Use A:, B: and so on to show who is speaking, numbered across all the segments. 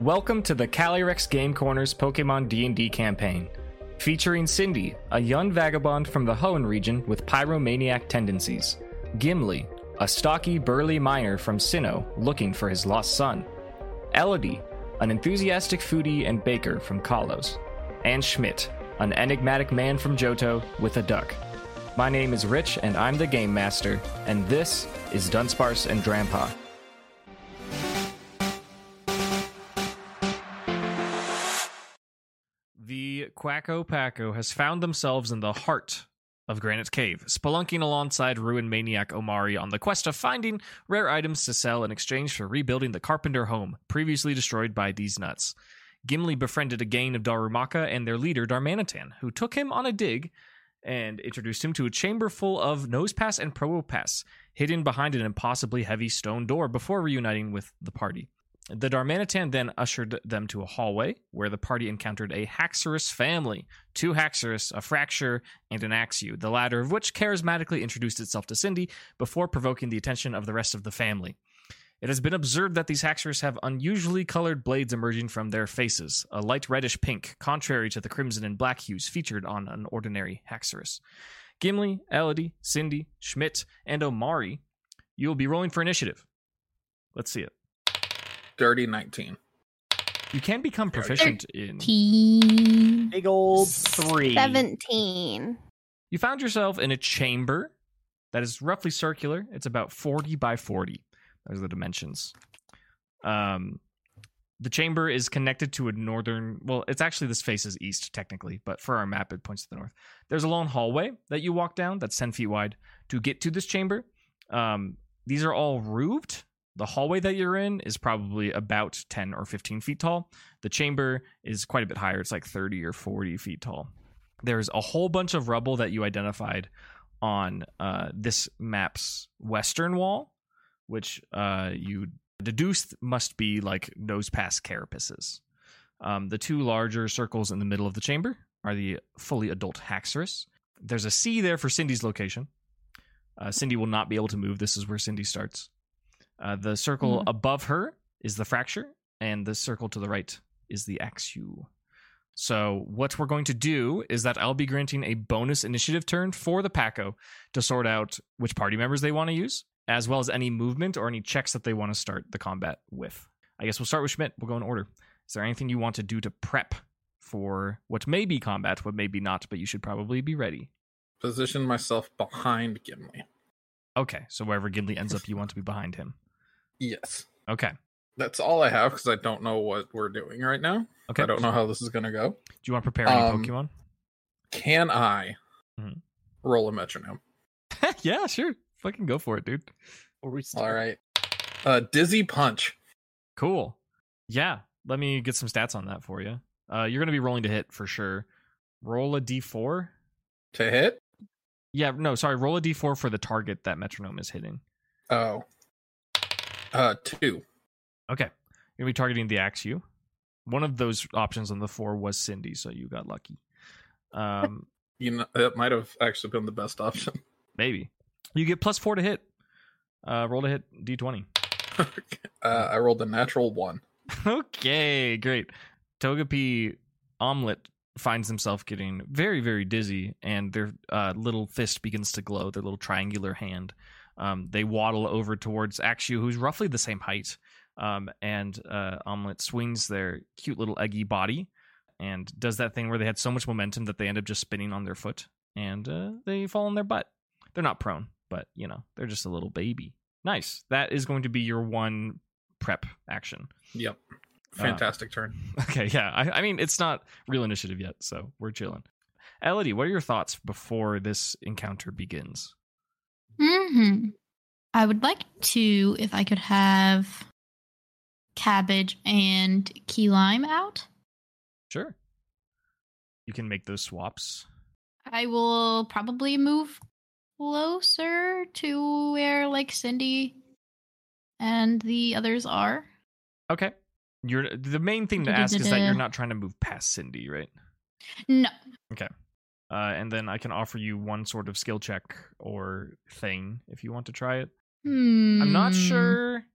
A: Welcome to the Calyrex Game Corner's Pokemon D&D campaign, featuring Cindy, a young vagabond from the Hoenn region with pyromaniac tendencies, Gimli, a stocky, burly miner from Sinnoh looking for his lost son, Elodie, an enthusiastic foodie and baker from Kalos, and Schmidt, an enigmatic man from Johto with a duck. My name is Rich, and I'm the Game Master, and this is Dunsparce and Drampa. The Quacko Paco has found themselves in the heart of Granite Cave, spelunking alongside ruined maniac Omari on the quest of finding rare items to sell in exchange for rebuilding the Carpenter home, previously destroyed by these nuts. Gimli befriended a gang of Darumaka and their leader Darmanitan, who took him on a dig and introduced him to a chamber full of nose pass and probo pass, hidden behind an impossibly heavy stone door before reuniting with the party. The Darmanitan then ushered them to a hallway where the party encountered a Haxorus family, two Haxorus, a Fracture, and an Axew, the latter of which charismatically introduced itself to Cindy before provoking the attention of the rest of the family. It has been observed that these Haxorus have unusually colored blades emerging from their faces, a light reddish pink, contrary to the crimson and black hues featured on an ordinary Haxorus. Gimli, Elodie, Cindy, Schmidt, and Omari, you will be rolling for initiative. Let's see it.
B: Dirty 19.
A: You can become proficient in.
C: 17.
D: Big old three.
C: 17.
A: You found yourself in a chamber that is roughly circular. It's about 40 by 40. Those are the dimensions. Um, the chamber is connected to a northern. Well, it's actually this faces east technically, but for our map, it points to the north. There's a long hallway that you walk down that's 10 feet wide to get to this chamber. Um, these are all roofed. The hallway that you're in is probably about 10 or 15 feet tall. The chamber is quite a bit higher. It's like 30 or 40 feet tall. There's a whole bunch of rubble that you identified on uh, this map's western wall, which uh, you deduced must be like nose pass carapaces. Um, the two larger circles in the middle of the chamber are the fully adult Haxorus. There's a C there for Cindy's location. Uh, Cindy will not be able to move. This is where Cindy starts. Uh, the circle above her is the fracture, and the circle to the right is the axu. So, what we're going to do is that I'll be granting a bonus initiative turn for the Paco to sort out which party members they want to use, as well as any movement or any checks that they want to start the combat with. I guess we'll start with Schmidt. We'll go in order. Is there anything you want to do to prep for what may be combat, what may be not, but you should probably be ready?
B: Position myself behind Gimli.
A: Okay, so wherever Gimli ends up, you want to be behind him.
B: Yes.
A: Okay.
B: That's all I have because I don't know what we're doing right now.
A: Okay.
B: I don't know how this is going to go.
A: Do you want to prepare any
B: Um,
A: Pokemon?
B: Can I
A: Mhm.
B: roll a metronome?
A: yeah, sure. Fucking go for it, dude.
D: Or we still-
B: All right. Uh, Dizzy Punch.
A: Cool. Yeah. Let me get some stats on that for you. Uh, you're going to be rolling to hit for sure. Roll a d4.
B: To hit?
A: Yeah, no, sorry. Roll a d4 for the target that metronome is hitting.
B: Oh. Uh, two.
A: Okay. You're going to be targeting the axe you. One of those options on the four was Cindy, so you got lucky. Um,
B: You know, that might have actually been the best option.
A: maybe. You get plus four to hit. Uh, roll to hit d20.
B: uh,
A: Hmm.
B: I rolled a natural one.
A: okay, great. Togepi Omelet finds himself getting very, very dizzy, and their uh, little fist begins to glow, their little triangular hand. Um, they waddle over towards Axu, who's roughly the same height, um, and uh, Omelet swings their cute little eggy body and does that thing where they had so much momentum that they end up just spinning on their foot and uh, they fall on their butt. They're not prone, but you know, they're just a little baby. Nice. That is going to be your one prep action.
B: Yep.
A: Uh,
B: Fantastic turn.
A: Okay, yeah. I, I mean, it's not real initiative yet, so we're chilling. Elodie, what are your thoughts before this encounter begins?
C: hmm I would like to, if I could have cabbage and key lime out,
A: Sure. You can make those swaps.
C: I will probably move closer to where like Cindy and the others are.
A: Okay. You're the main thing to ask is that you're
C: Da-da-da-da.
A: not trying to move past Cindy, right?
C: No.
A: Uh, and then I can offer you one sort of skill check or thing if you want to try it. I'm not
C: Hmm.
A: sure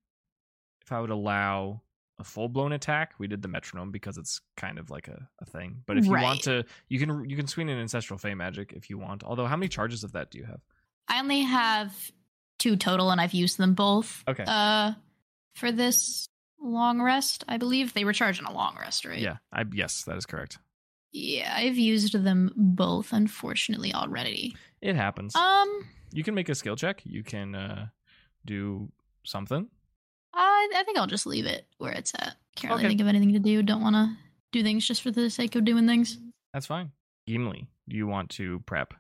A: if I would allow a full blown attack, we did the metronome because it's kind of like a, a thing. But if you
C: Right.
A: want to, you can you can swing an ancestral fey magic if you want. Although, how many charges of that do you have?
C: I only have two total, and I've used them both.
A: Okay.
C: Uh, for this long rest, I believe they were charging a long rest, right?
A: Yeah, I yes, that is correct.
C: Yeah, I've used them both, unfortunately, already.
A: It happens.
C: Um,
A: you can make a skill check. You can uh, do something.
C: I, I think I'll just leave it where it's at. Can't really
A: Okay.
C: think of anything to do. Don't want to do things just for the sake of doing things.
A: That's fine. Gimli, do you want to prep?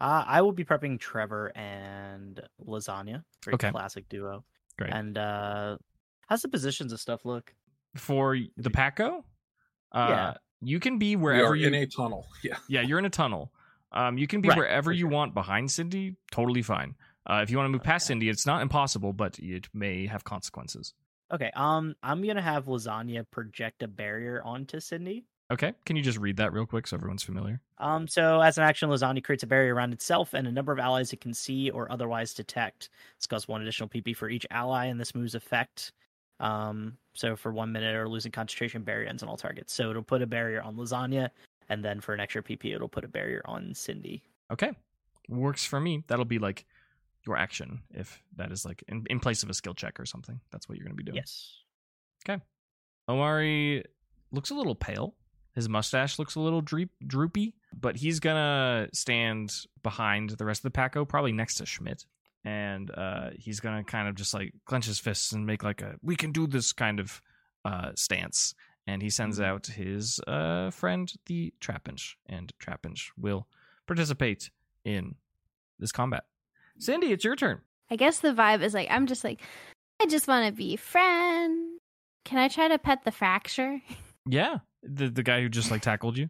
D: Uh, I will be prepping Trevor and Lasagna. Very
A: Okay.
D: classic duo.
A: Great.
D: And uh, how's the positions of stuff look?
A: for the Paco, uh,
D: Yeah.
A: you can be
B: We
A: wherever
B: are
A: you.
B: in a tunnel. Yeah.
A: yeah, you're in a tunnel. Um, you can be
D: Right,
A: wherever
D: for
A: you
D: sure. Oh,
A: want behind Cindy. Totally fine. Uh, if you want to move past
D: Okay.
A: Cindy, it's not impossible, but it may have consequences.
D: Okay. Um, I'm gonna have Lasagna project a barrier onto Cindy.
A: Okay, can you just read that real quick so everyone's familiar?
D: Um, so as an action, Lasagna creates a barrier around itself and a number of allies it can see or otherwise detect. This costs one additional PP for each ally and this move's effect. Um, so for one minute or losing concentration, barrier ends on all targets. So it'll put a barrier on Lasagna, and then for an extra PP, it'll put a barrier on Cindy.
A: Okay, works for me. That'll be like your action if that is like in, in place of a skill check or something. That's what you're going to be doing.
D: Yes.
A: Omari looks a little pale. His mustache looks a little dreep, droopy, but he's gonna stand behind the rest of the Paco, probably next to Schmidt, and uh, he's gonna kind of just like clench his fists and make like a "we can do this" kind of uh, stance. And he sends out his uh, friend, the Trapinch, and Trapinch will participate in this combat. Sandy, it's your turn.
E: I guess the vibe is like I'm just like I just want to be friends. Can I try to pet the fracture?
A: Yeah, the the guy who just like tackled you.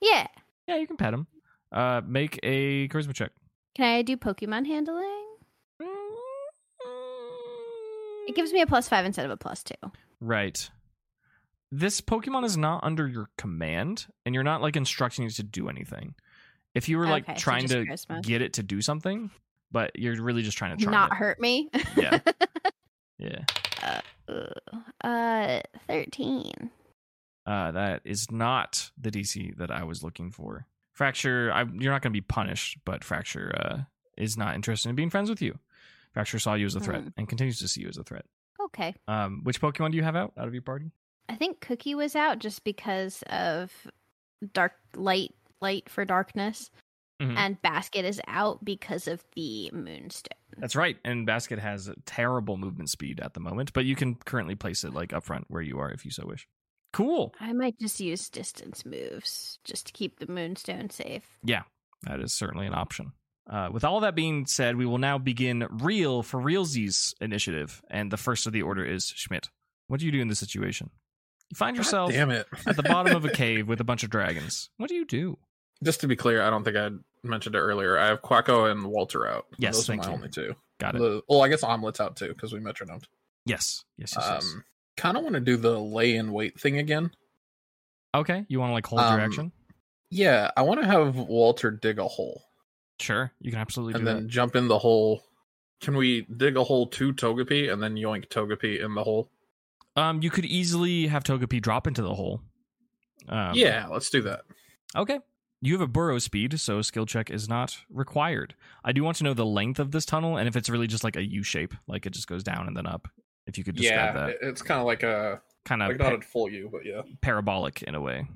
E: yeah.
A: Yeah, you can pet him. Uh, make a charisma check.
E: Can I do Pokemon handling? It gives me a plus five instead of a plus two.
A: right. This Pokemon is not under your command, and you're not like instructing it to do anything. If you were like
E: Okay, so
A: trying
E: just
A: to
E: charisma.
A: get it to do something, but you're really just trying to charm
E: Not
A: it.
E: hurt me.
A: Yeah. Yeah,
E: uh, thirteen.
A: uh, that is not the DC that I was looking for. Fracture, I, you're not going to be punished, but Fracture uh, is not interested in being friends with you. Fracture saw you as a threat
E: Hmm.
A: and continues to see you as a threat.
E: Okay.
A: Um, which Pokemon do you have out out of your party?
E: I think Cookie was out just because of dark light light for darkness,
A: Mhm.
E: and Basket is out because of the Moonstone.
A: That's right. And Basket has terrible movement speed at the moment, but you can currently place it like up front where you are if you so wish. Cool.
E: I might just use distance moves just to keep the Moonstone safe.
A: That is certainly an option. Uh, with all that being said, we will now begin real for realsies initiative, and the first of the order is Schmidt. What do you do in this situation? You find
B: God
A: yourself
B: damn it.
A: at the bottom of a cave with a bunch of dragons. What do you do?
B: Just to be clear, I don't think I mentioned it earlier. I have Quacko and Walter out.
A: Yes,
B: Those
A: thank
B: are my
A: you.
B: only two.
A: Got it.
B: The, well, I guess Omelet's out too because we metronomed.
A: yes. Yes. Yes. yes.
B: Um, kind of want to do the lay in wait thing again.
A: Okay. You want to like hold your
B: um,
A: action?
B: Yeah, I want to have Walter dig a hole
A: Sure. You can absolutely do
B: and then
A: that.
B: jump in the hole. Can we dig a hole to Togepi and then yoink Togepi in the hole?
A: Um, you could easily have Togepi drop into the hole. Um,
B: yeah, let's do that.
A: Okay. You have a burrow speed, so a skill check is not required. I do want to know the length of this tunnel and if it's really just like a U shape, like it just goes down and then up. If you could describe
B: Yeah,
A: that.
B: it- it's kind of like a
A: Kind of
B: like not a full U, but yeah,
A: parabolic in a way.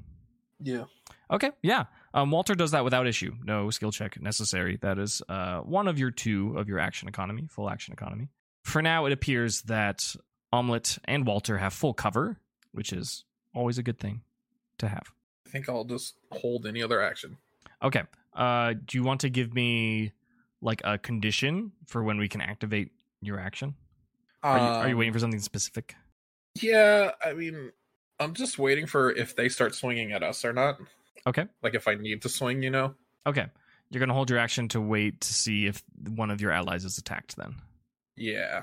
B: yeah.
A: Okay, yeah. Um, Walter does that without issue. No skill check necessary. That is uh, one of your two of your action economy, full action economy. For now, it appears that Omelet and Walter have full cover, which is always a good thing to have.
B: I think I'll just hold any other action.
A: Okay. Uh, do you want to give me like a condition for when we can activate your action? Are you, are you
B: Um,
A: waiting for something specific?
B: Yeah, I mean, I'm just waiting for if they start swinging at us or not.
A: Okay.
B: Like if I need to swing, you know.
A: Okay. You're going to hold your action to wait to see if one of your allies is attacked then.
B: Yeah.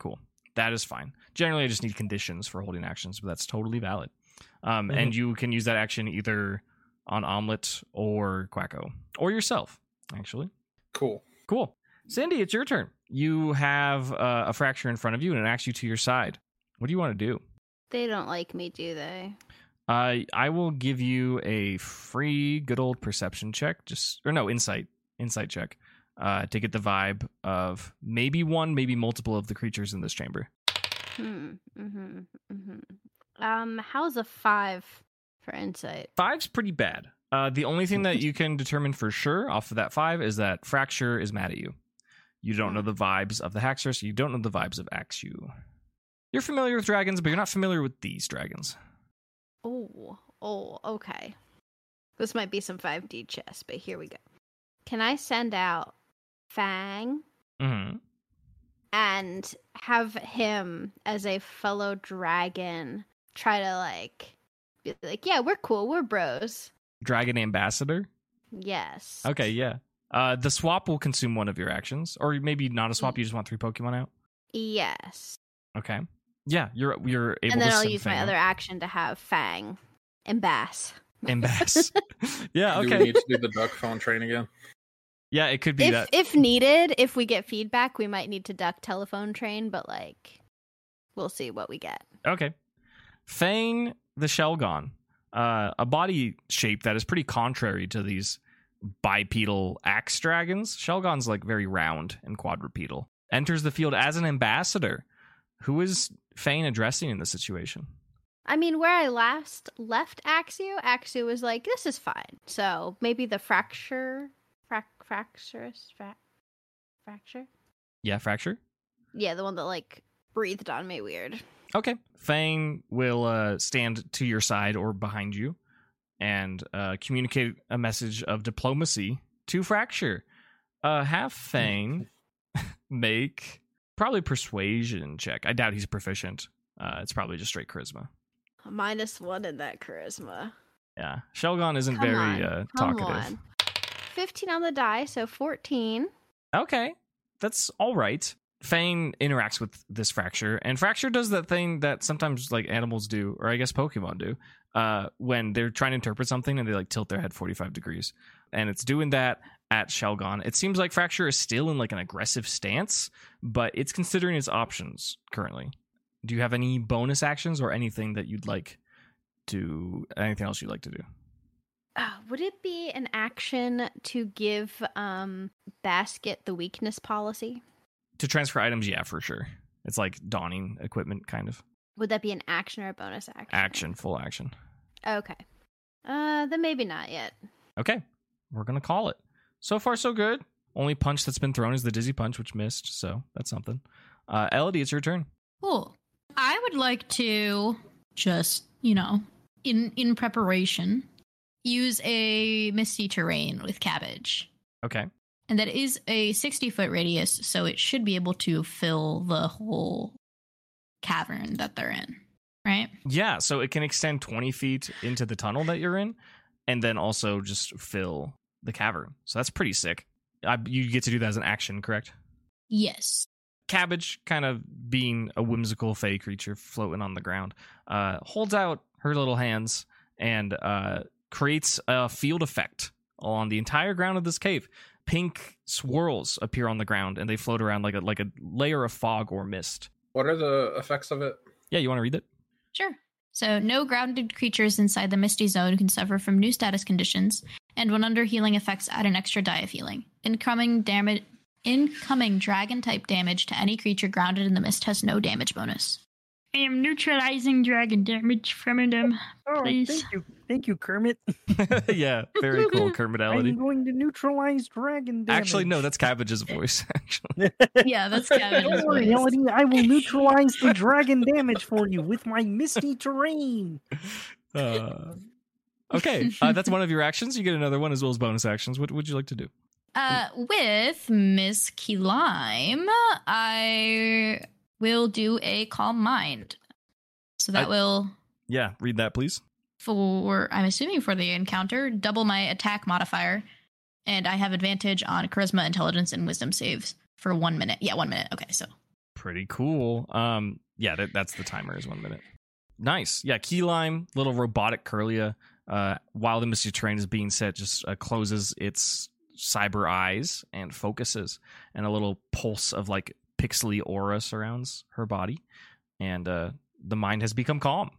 A: Cool. That is fine. Generally, I just need conditions for holding actions, but that's totally valid. Um, And you can use that action either on Omelet or Quacko or yourself, actually.
B: Cool.
A: Cool. Cindy, it's your turn. You have uh, a fracture in front of you and it acts you to your side. What do you want to do?
E: They don't like me, do they?
A: Uh, I will give you a free good old perception check, just or no insight insight check, uh, to get the vibe of maybe one, maybe multiple of the creatures in this chamber.
E: Hmm. Mm-hmm. Mm-hmm. Um, how's a five for insight?
A: Five's pretty bad. Uh, the only thing that you can determine for sure off of that five is that fracture is mad at you. You don't know the vibes of the Haxor, so you don't know the vibes of Axu. You're familiar with dragons, but you're not familiar with these dragons.
E: Oh, oh, okay. This might be some 5D chess, but here we go. Can I send out Fang
A: Mm-hmm.
E: and have him as a fellow dragon try to like be like, yeah, we're cool, we're bros.
A: Dragon ambassador.
E: Yes.
A: Okay, yeah. Uh, the swap will consume one of your actions, or maybe not a swap. You just want three Pokemon out.
E: Yes.
A: Okay. Yeah, you're you're able
E: and then
A: to
E: I'll
A: send
E: use
A: Fang
E: my
A: out.
E: other action to have Fang and Bass.
A: and Bass. yeah,
B: Do we
A: okay.
B: need to do the duck phone train again?
A: Yeah, it could be
E: If
A: that.
E: if needed, if we get feedback, we might need to duck telephone train, but like we'll see what we get.
A: Okay. Fang the Shelgon, uh, a body shape that is pretty contrary to these bipedal axe dragons. Shelgon's like very round and quadrupedal. Enters the field as an ambassador. Who is Fang addressing in this situation?
E: I mean, where I last left Axio, Axio was like, "This is fine." So maybe the fracture, frac, fracturous, frac, fracture.
A: Yeah, fracture.
E: Yeah, the one that like breathed on me weird.
A: Okay. Fang will uh, stand to your side or behind you and uh, communicate a message of diplomacy to Fracture. Uh, have Fang make probably persuasion check. I doubt he's proficient. Uh, it's probably just straight charisma.
E: Minus one in that charisma.
A: Yeah. Shelgon isn't
E: Come
A: very
E: on,
A: uh,
E: Come
A: talkative.
E: on. Fifteen on the die, so fourteen.
A: Okay. That's all right. Fang interacts with this fracture, and fracture does that thing that sometimes like animals do, or I guess Pokemon do, uh, when they're trying to interpret something and they like tilt their head 45 degrees. And it's doing that at Shelgon. It seems like Fracture is still in like an aggressive stance, but it's considering its options currently. Do you have any bonus actions or anything that you'd like to anything else you'd like to do?
E: Uh, would it be an action to give um Basket the weakness policy?
A: To transfer items, yeah, for sure. It's like donning equipment kind of.
E: Would that be an action or a bonus action?
A: Action, full action.
E: Okay. Uh, then maybe not yet.
A: Okay, we're gonna call it. So far, so good. Only punch that's been thrown is the dizzy punch, which missed. So that's something. Uh, Elodie, it's your turn.
C: Cool. I would like to just, you know, in in preparation, use a misty terrain with cabbage.
A: Okay.
C: And that is a 60 foot radius, so it should be able to fill the whole cavern that they're in, right?
A: Yeah. So it can extend twenty feet into the tunnel that you're in, and then also just fill the cavern. So that's pretty sick. I, you get to do that as an action, correct?
C: Yes.
A: Cabbage, kind of being a whimsical fey creature floating on the ground, uh, holds out her little hands and uh, creates a field effect on the entire ground of this cave. Pink swirls appear on the ground and they float around like a like a layer of fog or mist.
B: What are the effects of it?
A: Yeah, you want to read it?
C: Sure. So, no grounded creatures inside the Misty Zone can suffer from new status conditions, and when under healing effects, add an extra die of healing. Incoming damage, incoming dragon type damage to any creature grounded in the mist has no damage bonus. I am neutralizing dragon damage from them.
D: Oh,
C: Please.
D: thank you, thank you, Kermit.
A: yeah, very cool, Kermit
D: I'm
A: Elodie.
D: going to neutralize dragon damage.
A: Actually, no, that's Cabbage's voice. Actually,
C: Yeah, that's
D: Don't worry,
C: Gavin's
D: Elodie, I will neutralize the dragon damage for you with my misty terrain.
A: Uh, okay, uh, that's one of your actions. You get another one as well as bonus actions. What would you like to do?
C: Uh, with Miss Key Lime, I will do a calm mind. So that
A: I-
C: will
A: Yeah, read that, please.
C: for I'm assuming for the encounter, double my attack modifier, and I have advantage on charisma, intelligence, and wisdom saves for one minute. Yeah, one minute. Okay, so
A: pretty cool. Um, yeah, that, that's the timer is one minute. Nice. Yeah, key lime, little robotic curlia. Uh, while the mystery terrain is being set, just uh, closes its cyber eyes and focuses, and a little pulse of like pixely aura surrounds her body, and uh, the mind has become calm.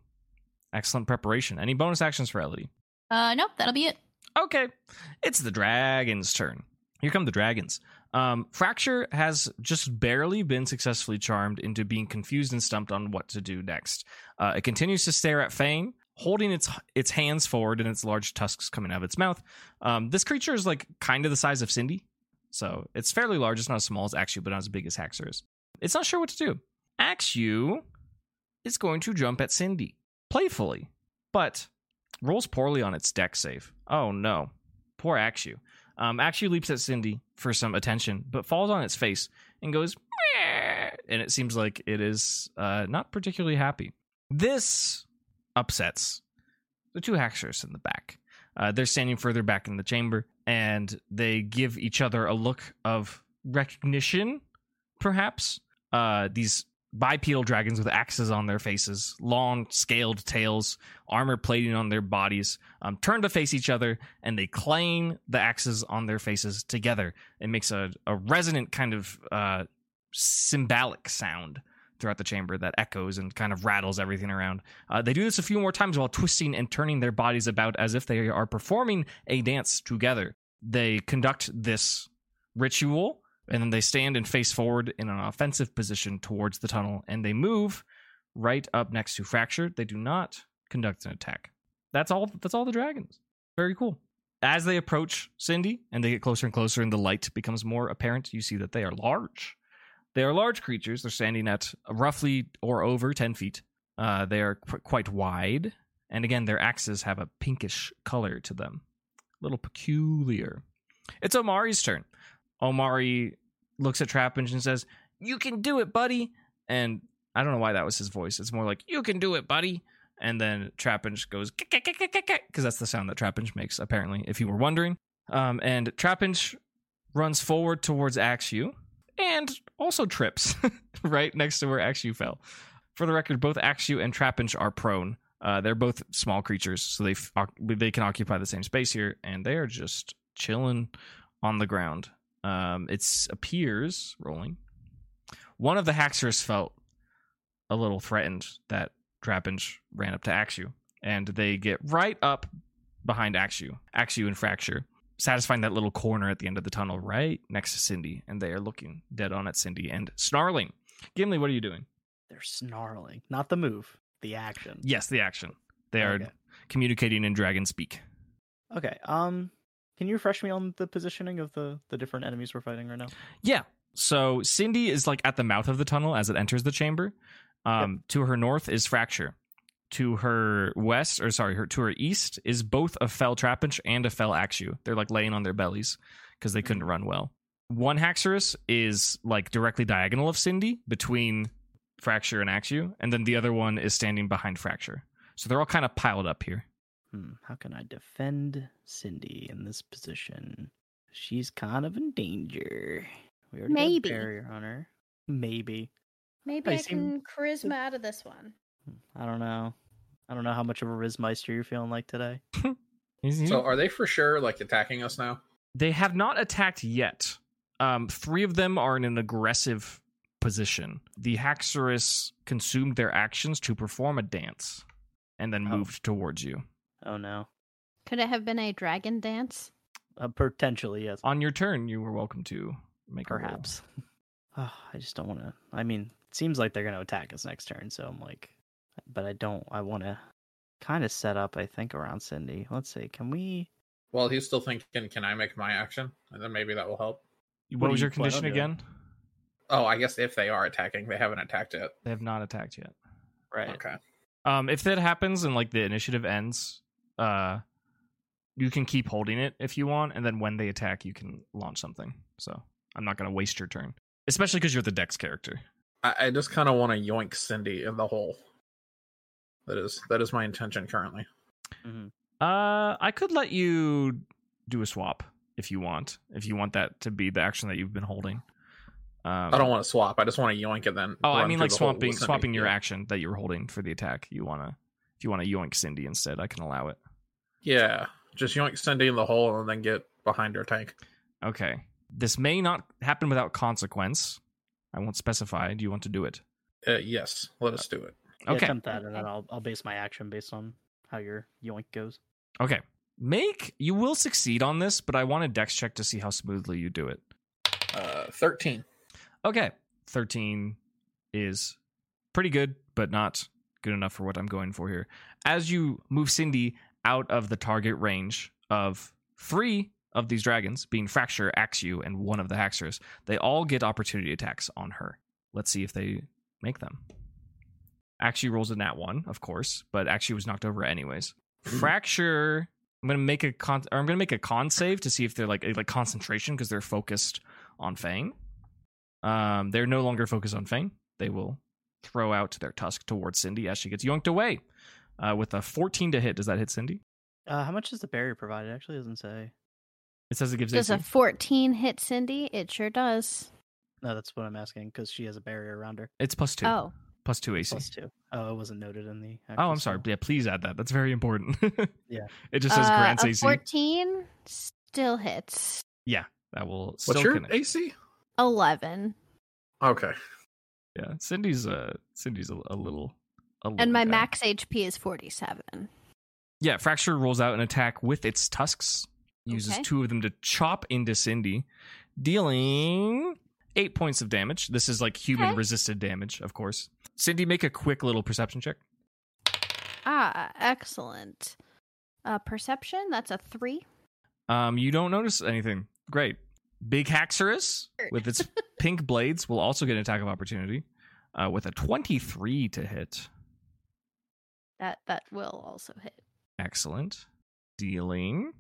A: Excellent preparation. Any bonus actions for Elodie?
C: Uh, nope, that'll be it.
A: Okay, it's the dragon's turn. Here come the dragons. Um, Fracture has just barely been successfully charmed into being confused and stumped on what to do next. Uh, it continues to stare at Fane, holding its its hands forward and its large tusks coming out of its mouth. Um, this creature is like kind of the size of Cindy, so it's fairly large. It's not as small as Axew, but not as big as Haxor is. It's not sure what to do. Axew is going to jump at Cindy playfully, but rolls poorly on its deck save. Oh no, poor Axew. Um, Axew leaps at Cindy for some attention, but falls on its face and goes, "Meow," and it seems like it is uh, not particularly happy. This upsets the two Haxors in the back. Uh, they're standing further back in the chamber, and they give each other a look of recognition, perhaps. Uh, these bipedal dragons with axes on their faces, long scaled tails, armor plating on their bodies, um, turn to face each other, and they clang the axes on their faces together. It makes a, a resonant kind of uh, symbolic sound throughout the chamber that echoes and kind of rattles everything around. Uh, they do this a few more times while twisting and turning their bodies about as if they are performing a dance together. They conduct this ritual and then they stand and face forward in an offensive position towards the tunnel and they move right up next to Fracture. They do not conduct an attack. That's all that's all the dragons. Very cool. As they approach Cindy and they get closer and closer and the light becomes more apparent, you see that they are large. They are large creatures. They're standing at roughly or over 10 feet. Uh, they are qu- quite wide. And again, their axes have a pinkish color to them. A little peculiar. It's Omari's turn. Omari looks at Trapinch and says, You can do it, buddy. And I don't know why that was his voice. It's more like, You can do it, buddy. And then Trapinch goes, because that's the sound that Trapinch makes, apparently, if you were wondering. Um, and Trapinch runs forward towards Axew and also trips right next to where Axew fell. For the record, both Axew and Trapinch are prone. Uh, they're both small creatures, so they f- oc- they can occupy the same space here, and they are just chilling on the ground. Um, it appears rolling. One of the Haxers felt a little threatened that Trapinch ran up to Axew, and they get right up behind Axew, Axew and Fracture satisfying that little corner at the end of the tunnel right next to Cindy, and they are looking dead on at Cindy and snarling. Gimli, what are you doing?
D: They're snarling, not the move, the action.
A: Yes, the action. They
D: Okay.
A: are communicating in dragon speak.
D: Okay. Um, can you refresh me on the positioning of the the different enemies we're fighting right now?
A: Yeah. So Cindy is like at the mouth of the tunnel as it enters the chamber. Um, To her north is Fracture. To her west, or sorry, her to her east is both a fell trapinch and a fell axew. They're like laying on their bellies because they couldn't run well. One Haxorus is like directly diagonal of Cindy between Fracture and Axew, and then the other one is standing behind Fracture. So they're all kind of piled up here.
D: Hmm, how can I defend Cindy in this position? She's kind of in danger. We already
E: Maybe.
D: got a barrier on her. Maybe.
E: Maybe
D: I
E: I,
D: seem-
E: can charisma out of this one.
D: Hmm, I don't know. I don't know how much of a Rizmeister you're feeling like today.
B: So
A: Mm-hmm.
B: are they for sure like attacking us now?
A: They have not attacked yet. Um, three of them are in an aggressive position. The Haxorus consumed their actions to perform a dance and then
D: Oh.
A: moved towards you.
D: Oh no.
E: Could it have been a dragon dance?
D: Uh, potentially, yes.
A: On your turn, you were welcome to make a roll.
D: Perhaps. Oh, I just don't want to. I mean, it seems like they're going to attack us next turn, so I'm like, but I don't. I want to kind of set up. I think around Cindy. Let's see. Can we?
B: Well, he's still thinking, can I make my action? And then maybe that will help.
A: What,
D: What do
A: was
D: you
A: your
D: plan on
A: condition
D: doing?
A: again?
B: Oh, I guess if they are attacking, they haven't attacked yet.
A: They have not attacked yet.
D: Right.
B: Okay.
A: Um, if that happens and like the initiative ends, uh, you can keep holding it if you want, and then when they attack, you can launch something. So I'm not gonna waste your turn, especially because you're the Dex character.
B: I, I just kind of want to yoink Cindy in the hole. That is that is my intention currently.
D: mm-hmm.
A: Uh, I could let you do a swap if you want. If you want that to be the action that you've been holding. Um,
B: I don't want to swap. I just want to yoink and then.
A: Oh, I
B: run
A: mean,
B: through
A: like
B: the hole with
A: swapping,
B: Cindy.
A: swapping your
B: Yeah.
A: action that you were holding for the attack. You wanna, if you wanna yoink Cindy instead, I can allow it.
B: Yeah, just yoink Cindy in the hole and then get behind her tank.
A: Okay. This may not happen without consequence. I won't specify. Do you want to do it?
B: Uh, yes, let us do it.
D: Yeah,
A: Okay.
D: attempt that, and then
E: Okay.
D: I'll I'll base my action based on how your yoink goes.
A: Okay. Make you will succeed on this, but I want a dex check to see how smoothly you do it.
B: Uh, 13.
A: Okay. 13 is pretty good, but not good enough for what I'm going for here. As you move Cindy out of the target range of three of these dragons, being Fracture, Axew, and one of the Haxorus, they all get opportunity attacks on her. Let's see if they make them. Axew rolls a nat one, of course, but Axew was knocked over anyways. Fracture. I'm gonna make a con. Or I'm gonna make a con save to see if they're like like concentration because they're focused on Fang. Um, they're no longer focused on Fang. They will throw out their tusk towards Cindy as she gets yoinked away. Uh, with a 14 to hit, does that hit Cindy?
D: Uh, how much is the barrier provided? It actually doesn't say.
A: It says it gives
E: Does
A: AC.
E: a 14 hit Cindy? It sure does.
D: No, that's what I'm asking because she has a barrier around her.
A: it's plus two.
E: Oh,
A: Plus two AC.
D: Plus two. Oh, it wasn't noted in the.
A: oh,
D: actual
A: I'm sorry.
D: spell.
A: Yeah, please add that. That's very important.
D: Yeah.
A: It just says
E: Uh,
A: grants
E: a
A: AC.
E: 14 still hits.
A: That will still
B: What's your
A: connect.
B: AC?
E: 11.
B: Okay.
A: Yeah, Cindy's uh Cindy's a, a little. A little
E: And my
A: guy.
E: max HP is 47.
A: Yeah, Fracture rolls out an attack with its tusks. Uses
E: Okay.
A: two of them to chop into Cindy, dealing eight points of damage. This is like human
E: Okay.
A: resisted damage, of course. Cindy, make a quick little perception check.
E: Ah, excellent. Uh, perception, that's a 3.
A: Um, you don't notice anything. Great. Big Haxorus with its pink blades will also get an attack of opportunity uh, with a 23 to hit.
E: That that will also hit.
A: Excellent. Dealing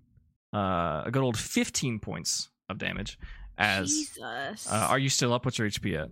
A: uh, a good old 15 points of damage. As
E: Jesus.
A: uh, are you still up? What's your HP at?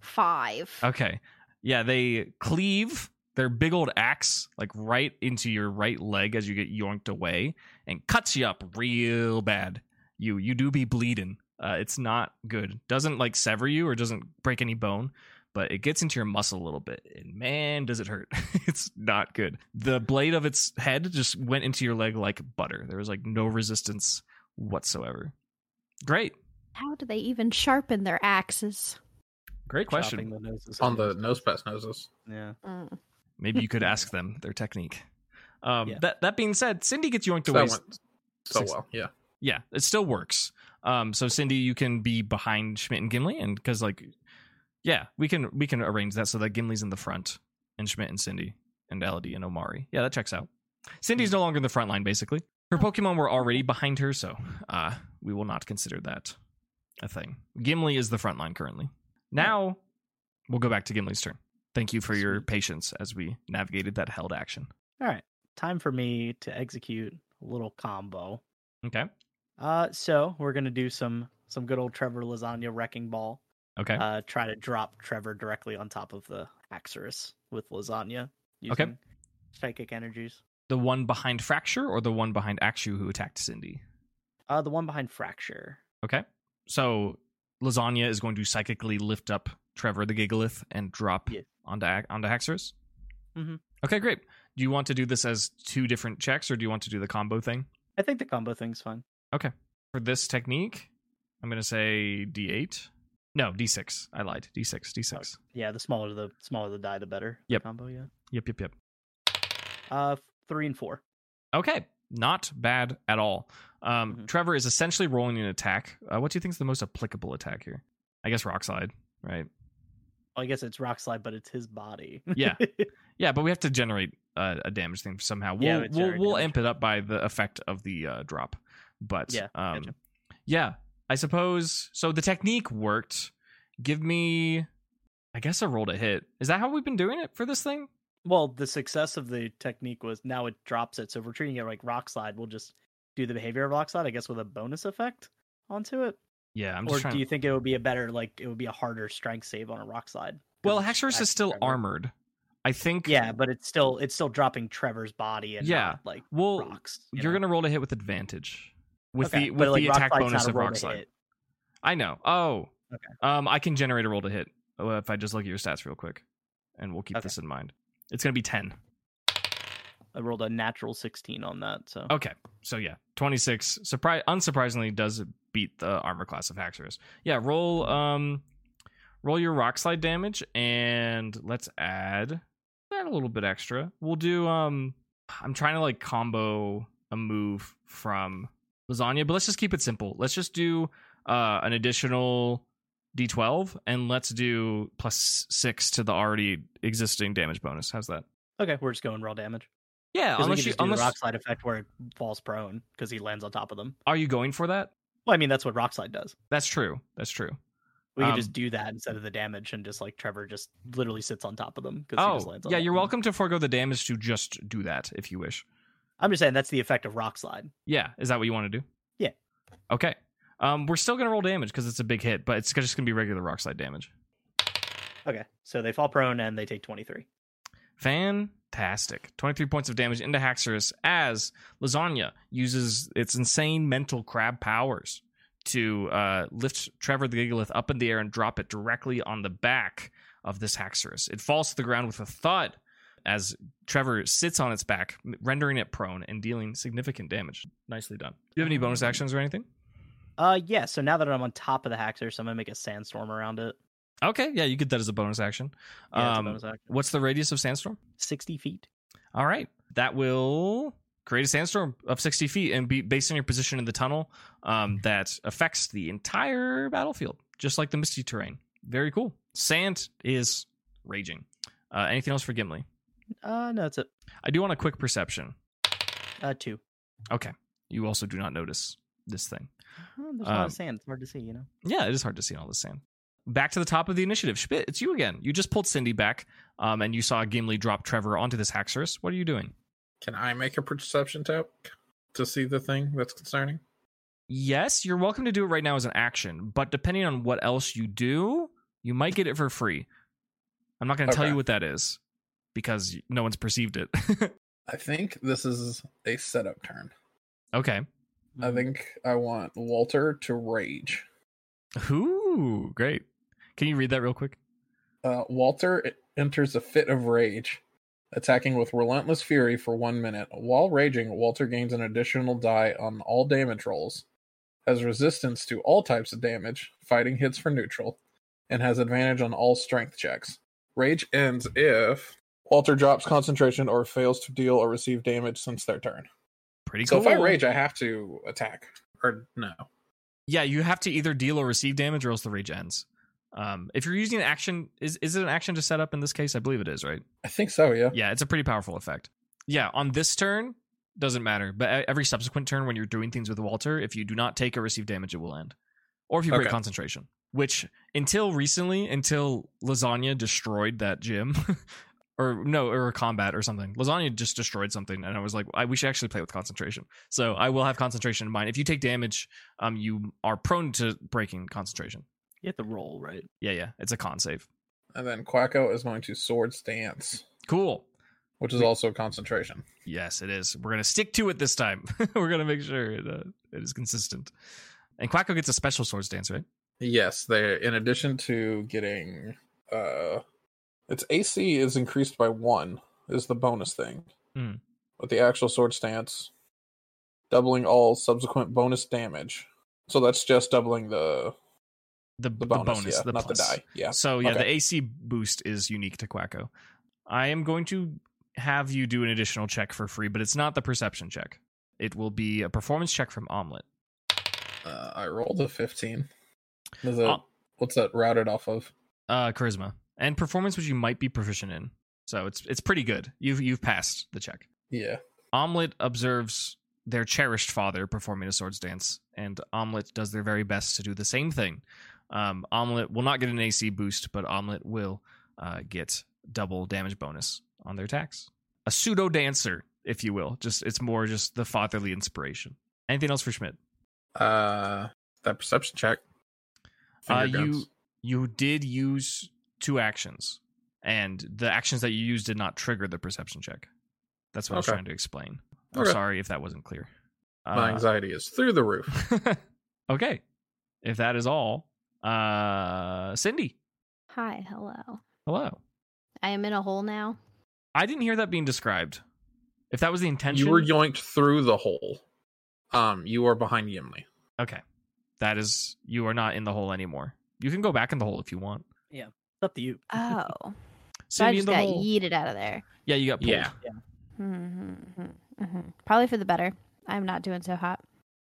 E: 5.
A: Okay. Yeah, they cleave their big old axe like right into your right leg as you get yoinked away and cuts you up real bad. You you do be bleeding. Uh, it's not good. Doesn't like sever you or doesn't break any bone, but it gets into your muscle a little bit. And man, does it hurt. it's not good. The blade of its head just went into your leg like butter. There was like no resistance whatsoever. Great.
E: How do they even sharpen their axes?
A: Great
D: Chopping
A: question.
D: The noses
B: On
D: off.
B: the nose pass noses.
D: Yeah.
E: Mm.
A: Maybe you could ask them their technique. Um,
D: Yeah.
A: That that being said, Cindy gets yoinked
B: That
A: away.
B: went so
A: Six-
B: well. Yeah.
A: Yeah, it still works. Um, so Cindy, you can be behind Schmidt and Gimli, and because like, yeah, we can we can arrange that so that Gimli's in the front, and Schmidt and Cindy and Elodie and Omari. Yeah, that checks out. Cindy's
D: Hmm.
A: no longer in the front line. Basically, her Pokemon were already behind her, so uh, we will not consider that a thing. Gimli is the front line currently. Now, we'll go back to Gimli's turn. Thank you for your
D: Sweet.
A: patience as we navigated that held action.
D: All right. Time for me to execute a little combo.
A: Okay.
D: Uh, so we're gonna do some some good old Trevor lasagna wrecking ball.
A: Okay.
D: Uh, try to drop Trevor directly on top of the Axorus with lasagna.
A: Okay.
D: Using Psychic energies.
A: the one behind Fracture or the one behind Akshu who attacked Cindy?
D: Uh, the one behind fracture.
A: Okay. So Lasagna is going to psychically lift up Trevor the Gigalith and drop
D: Yeah.
A: onto Ac- onto Haxorus.
D: Mhm.
A: Okay, great. Do you want to do this as two different checks, or do you want to do the combo thing
D: I think the combo thing's fine.
A: for this technique? I'm going to say D8. No, D6. I lied. D6. D6.
D: Yeah, the smaller the smaller the die, the better. the
A: Yep.
D: Combo. Yeah.
A: Yep. Yep. Yep.
D: Uh, three and four.
A: Okay, not bad at all. Um,
D: Mhm.
A: Trevor is essentially rolling an attack. Uh, what do you think is the most applicable attack here? I guess Rock Slide, right?
D: Well, I guess it's rock slide, but it's his body.
A: Yeah. Yeah, but we have to generate uh, a damage thing somehow. We'll
D: Yeah, we
A: we'll,
D: generate
A: we'll
D: damage.
A: amp it up by the effect of the uh, drop. But
D: Yeah,
A: um,
D: gotcha.
A: yeah, I suppose. So the technique worked. Give me, I guess, a roll to hit. Is that how we've been doing it for this thing?
D: Well, the success of the technique was now it drops it. So if we're treating it like rock slide, we'll just do the behavior of rock slide, I guess, with a bonus effect onto it.
A: Yeah, I'm
D: or
A: just trying.
D: do you think it would be a better, like, it would be a harder strength save on a rock slide? 'Cause
A: well,
D: it's
A: Hexorus
D: actually
A: is still
D: Trevor.
A: armored. I think.
D: Yeah, but it's still it's still dropping Trevor's body and
A: Yeah.
D: yeah, like
A: Well,
D: rocks. you
A: You're
D: know?
A: gonna roll to hit with advantage, with
D: Okay,
A: the
D: but,
A: with
D: like,
A: the
D: rock
A: attack
D: slide's
A: bonus
D: not a
A: of
D: roll to
A: rock slide.
D: hit.
A: I know. Oh,
D: Okay.
A: um, I can generate a roll to hit uh, if I just look at your stats real quick, and we'll keep
D: Okay.
A: this in mind. It's gonna be ten.
D: I rolled a natural sixteen on that. So
A: Okay, so yeah, twenty six. Surprise, unsurprisingly, does beat the armor class of Haxorus. Yeah, roll um, roll your rock slide damage, and let's add. add a little bit extra. We'll do um I'm trying to like combo a move from lasagna, but let's just keep it simple. Let's just do uh an additional D12 and let's do plus 6 to the already existing damage bonus. How's that?
D: Okay, we're just going raw damage.
A: Yeah,
D: 'Cause we
A: unless you
D: can just do
A: unless
D: the rock slide effect where it falls prone because he lands on top of them.
A: are you going for that?
D: Well, I mean that's what rock slide does.
A: That's true. That's true.
D: We can
A: Um,
D: just do that instead of the damage, and just like Trevor just literally sits on top of them. 'cause he just
A: Oh,
D: lands on
A: yeah,
D: top
A: you're
D: of them.
A: welcome to forego the damage to just do that if you wish.
D: I'm just saying that's the effect of rock slide.
A: Yeah, is that what you want to do?
D: Yeah.
A: Okay. Um, we're still gonna roll damage because it's a big hit, but it's just gonna be regular rock slide damage.
D: Okay, so they fall prone and they take 23.
A: Fantastic. 23 points of damage into Haxorus as Lasagna uses its insane mental crab powers to uh, lift Trevor the Gigalith up in the air and drop it directly on the back of this Haxorus. It falls to the ground with a thud as Trevor sits on its back, m- rendering it prone and dealing significant damage. Nicely done. Do you have any bonus actions or anything?
D: Uh, yeah. So now that I'm on top of the Haxorus, I'm gonna make a sandstorm around it.
A: Okay, yeah, you get that as a bonus action.
D: Yeah, it's a
A: Um,
D: bonus action.
A: What's the radius of Sandstorm?
D: 60 feet.
A: All right. That will create a sandstorm of 60 feet and be based on your position in the tunnel um, that affects the entire battlefield, just like the misty terrain. Very cool. Sand is raging. Uh, anything else for Gimli?
D: Uh, no, it's a
A: I do want a quick perception.
D: uh two.
A: Okay. You also do not notice this thing.
D: Oh, there's a lot
A: Um,
D: of sand. It's hard to see, you know.
A: Yeah, it is hard to see all this sand. Back to the top of the initiative. Spit, it's you again. You just pulled Cindy back um, and you saw Gimli drop Trevor onto this Haxorus. What are you doing?
B: Can I make a perception check to see the thing that's concerning?
A: Yes, you're welcome to do it right now as an action, but depending on what else you do, you might get it for free. I'm not going to tell
B: Okay.
A: you what that is because no one's perceived it.
B: I think this is a setup turn.
A: okay.
B: I think I want Walter to rage.
A: Ooh, great. Can you read that real quick?
B: Uh, Walter enters a fit of rage, attacking with relentless fury for one minute. While raging, Walter gains an additional die on all damage rolls, has resistance to all types of damage, fighting hits for neutral, and has advantage on all strength checks. Rage ends if Walter drops concentration or fails to deal or receive damage since their turn.
A: Pretty
B: So
A: cool.
B: if I rage, I have to attack. Or no.
A: yeah, you have to either deal or receive damage or else the rage ends. Um, if you're using an action, is, is it an action to set up in this case? I believe it is, right?
B: I think so, yeah.
A: Yeah, it's a pretty powerful effect. Yeah, on this turn, doesn't matter. But e- every subsequent turn when you're doing things with Walter, if you do not take or receive damage, it will end. Or if you break
B: Okay.
A: concentration, which until recently, until Lasagna destroyed that gym, or no, or a combat or something, Lasagna just destroyed something. And I was like, I, we should actually play with concentration. So I will have concentration in mind. If you take damage, um, you are prone to breaking concentration.
D: you have to roll, right?
A: Yeah, yeah, it's a con save.
B: And then Quacko is going to sword stance,
A: Cool.
B: which is also concentration.
A: Yes, it is. We're gonna stick to it this time. We're gonna make sure it, uh, it is consistent. And Quacko gets a special swords dance, right?
B: Yes, they in addition to getting uh its AC is increased by 1 is the bonus thing.
A: Mm.
B: With the actual sword stance doubling all subsequent bonus damage. So that's just doubling the
A: The,
B: the bonus, yeah,
A: the
B: not
A: plus.
B: the die. Yeah.
A: So yeah,
B: Okay.
A: the AC boost is unique to Quacko. I am going to have you do an additional check for free, but it's not the perception check. It will be a performance check from Omelet.
B: Uh, I rolled a 15. Is it-
A: Oh.
B: what's that routed off of?
A: Uh, charisma and performance, which you might be proficient in. So it's it's pretty good. You've you've passed the check.
B: Yeah.
A: Omelet observes their cherished father performing a swords dance, and Omelet does their very best to do the same thing. Um, Omelet will not get an AC boost, but Omelet will uh, get double damage bonus on their attacks. A pseudo dancer, if you will. Just it's more just the fatherly inspiration. Anything else for Schmidt?
B: Uh that perception check.
A: Uh,
B: Finger
A: you
B: guns.
A: you did use two actions, and the actions that you used did not trigger the perception check. That's what I was
B: Okay.
A: trying to explain. I'm
B: Okay.
A: sorry if that wasn't clear.
B: My
A: Uh,
B: anxiety is through the roof.
A: okay. If that is all, uh Cindy,
E: Hi, hello.
A: hello.
E: I am in a hole now.
A: I didn't hear that being described. If that was the intention,
B: You were yoinked through the hole. Um, you are behind Gimli.
A: okay. That is, you are not in the hole anymore. You can go back in the hole if you want.
D: It's up to you.
E: Oh. I
A: Cindy,
E: just
A: the
E: got
A: whole-
E: yeeted out of there.
A: yeah, you got pulled.
F: Yeah.
E: Mm-hmm. Probably for the better. I'm not doing so hot.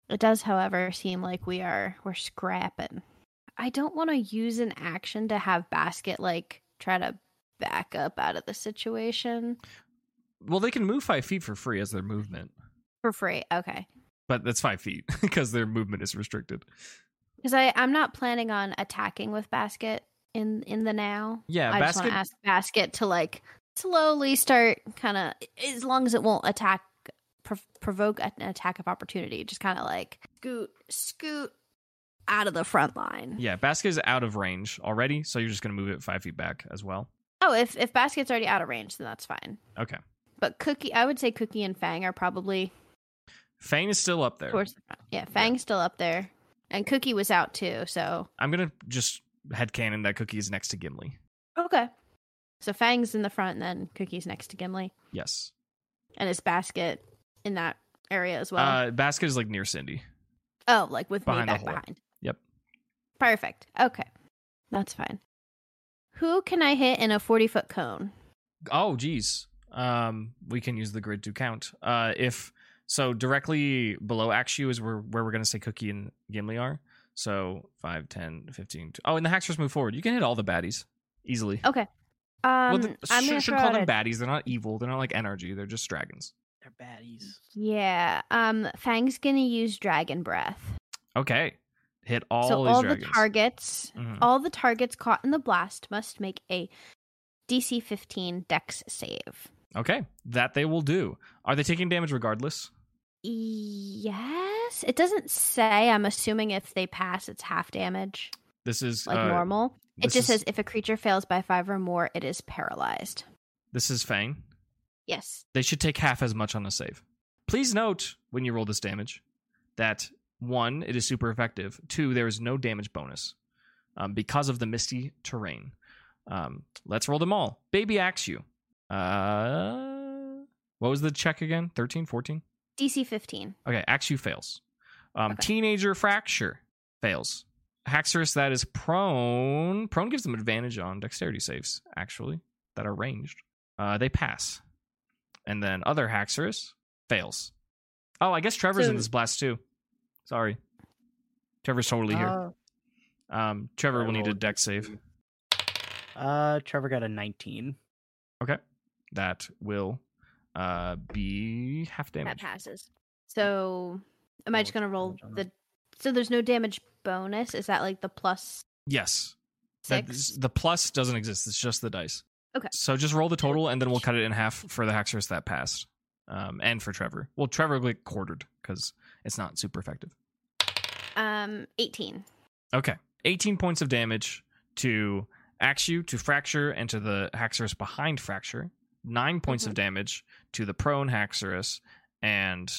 E: It does, however, seem like we are we're scrapping. I don't want to use an action to have Basket like try to back up out of the situation
A: Well, they can move five feet for free as their movement,
E: for free. Okay,
A: but that's five feet because their movement is restricted.
E: because I I'm not planning on attacking with Basket in in the now.
A: Yeah,
E: I just
A: basket.
E: want to ask Basket to like slowly start kind of as long as it won't attack prov- provoke an attack of opportunity, just kind of like scoot scoot out of the front line.
A: yeah, basket is out of range already, so you're just gonna move it five feet back as well.
E: Oh, if if Basket's already out of range, then that's fine.
A: Okay,
E: But Cookie, I would say Cookie and Fang are probably
A: Fang is still up there.
E: towards the front. Yeah, Fang's still up there, and Cookie was out too. So
A: I'm gonna just headcanon that cookie is next to Gimli.
E: okay, so Fang's in the front, and then Cookie's next to Gimli,
A: Yes.
E: and it's Basket in that area as well.
A: uh, basket is like near Cindy.
E: Oh, like with
A: Behind the
E: me back
A: hole.
E: behind.
A: Yep.
E: Perfect. Okay. That's fine. Who can I hit in a 40 foot cone?
A: Oh, geez. Um, we can use the grid to count. Uh, if so, directly below Axu is where where we're gonna say Cookie and Gimli are. So 5, 10, 15. t- Oh, and the Hacksters move forward. You can hit all the baddies easily.
E: Okay. Um,
A: well, the,
E: I'm
A: sh-
E: gonna
A: should
E: throw
A: call
E: out
A: them
E: a-
A: baddies. They're not evil. They're not like energy. They're just dragons.
D: They're baddies.
E: Yeah. Um, Fang's going to use dragon breath.
A: Okay, hit all
E: so
A: these
E: all
A: dragons.
E: the targets,
A: Mhm.
E: all the targets caught in the blast must make a DC 15 dex save.
A: Okay, that they will do. Are they taking damage regardless?
E: Yes. It doesn't say. I'm assuming if they pass, it's half damage,
A: This is
E: like
A: uh,
E: normal. It
A: this
E: just
A: is-
E: says if a creature fails by five or more, it is paralyzed.
A: This is Fang.
E: Yes.
A: they should take half as much on a save. Please note when you roll this damage that one, it is super effective. Two, there is no damage bonus um, because of the misty terrain. Um, let's roll them all. Baby axe you. Uh, what was the check again? 13, 14?
E: DC 15.
A: Okay, axe you fails. Um,
E: Okay.
A: Teenager fracture fails. Haxorus that is prone. Prone gives them advantage on dexterity saves, actually, that are ranged. Uh, they pass. And then other Haxorus fails. Oh, I guess Trevor's in
E: So-
A: this blast too. Sorry. Trevor's totally here.
D: Uh,
A: Um, Trevor
D: I
A: will need a
D: rolled
A: dex save.
D: Uh, Trevor got a 19.
A: Okay. That will uh, be half
E: That
A: damage.
E: passes. So am
D: Yeah,
E: I
D: what's
E: just going to
D: the
E: roll
D: damage on
E: the. So there's no damage bonus? Is that like the plus
A: Yes. That-
E: six?
A: the plus doesn't exist. It's just the dice.
E: Okay.
A: So just roll the total, and then we'll cut it in half for the Haxorus that passed, um, and for Trevor. Well, Trevor will get quartered because it's not super effective.
E: Um, 18.
A: Okay. 18 points of damage to Axu, to Fracture, and to the Haxorus behind Fracture. Nine points of damage to the prone Haxorus, and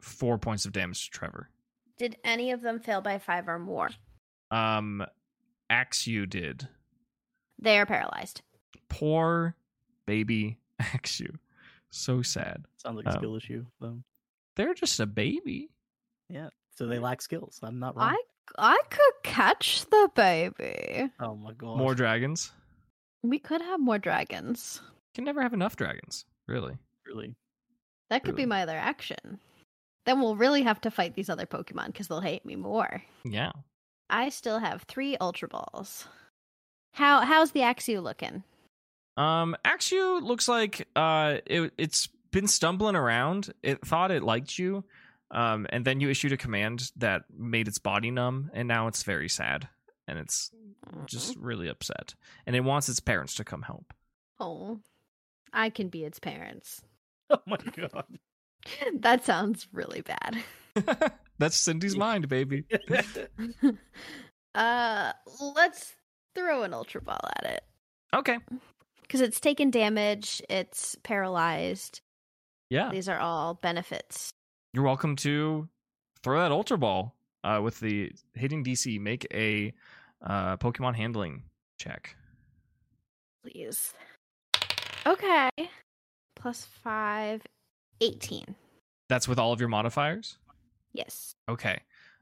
A: four points of damage to Trevor.
E: Did any of them fail by five or more?
A: Um, Axu did.
E: They are paralyzed.
A: Poor baby Axu. So sad.
D: Sounds like a
A: Um,
D: skill issue, though.
A: they're just a baby.
D: Yeah. So they lack skills. I'm not wrong.
E: I I could catch the baby.
D: Oh my god.
A: More dragons.
E: We could have more dragons.
A: Can never have enough dragons, really.
D: really.
E: That could
A: Really?
E: be my other action. Then we'll really have to fight these other Pokemon because they'll hate me more.
A: Yeah.
E: I still have three Ultra Balls. How how's the Axu looking?
A: Um Axu looks like uh it it's been stumbling around. It thought it liked you. Um and then you issued a command that made its body numb and now it's very sad and it's just really upset. And it wants its parents to come help.
E: oh, I can be its parents.
D: Oh my god.
E: That sounds really bad.
A: That's Cindy's mind, baby.
E: uh, let's throw an Ultra Ball at it
A: Okay.
E: because it's taken damage. It's paralyzed.
A: Yeah.
E: These are all benefits.
A: you're welcome to throw that ultra ball uh, with the hitting DC. Make a uh, Pokemon handling check.
E: Please. Okay. Plus five. 18.
A: That's with all of your modifiers.
E: Yes.
A: Okay.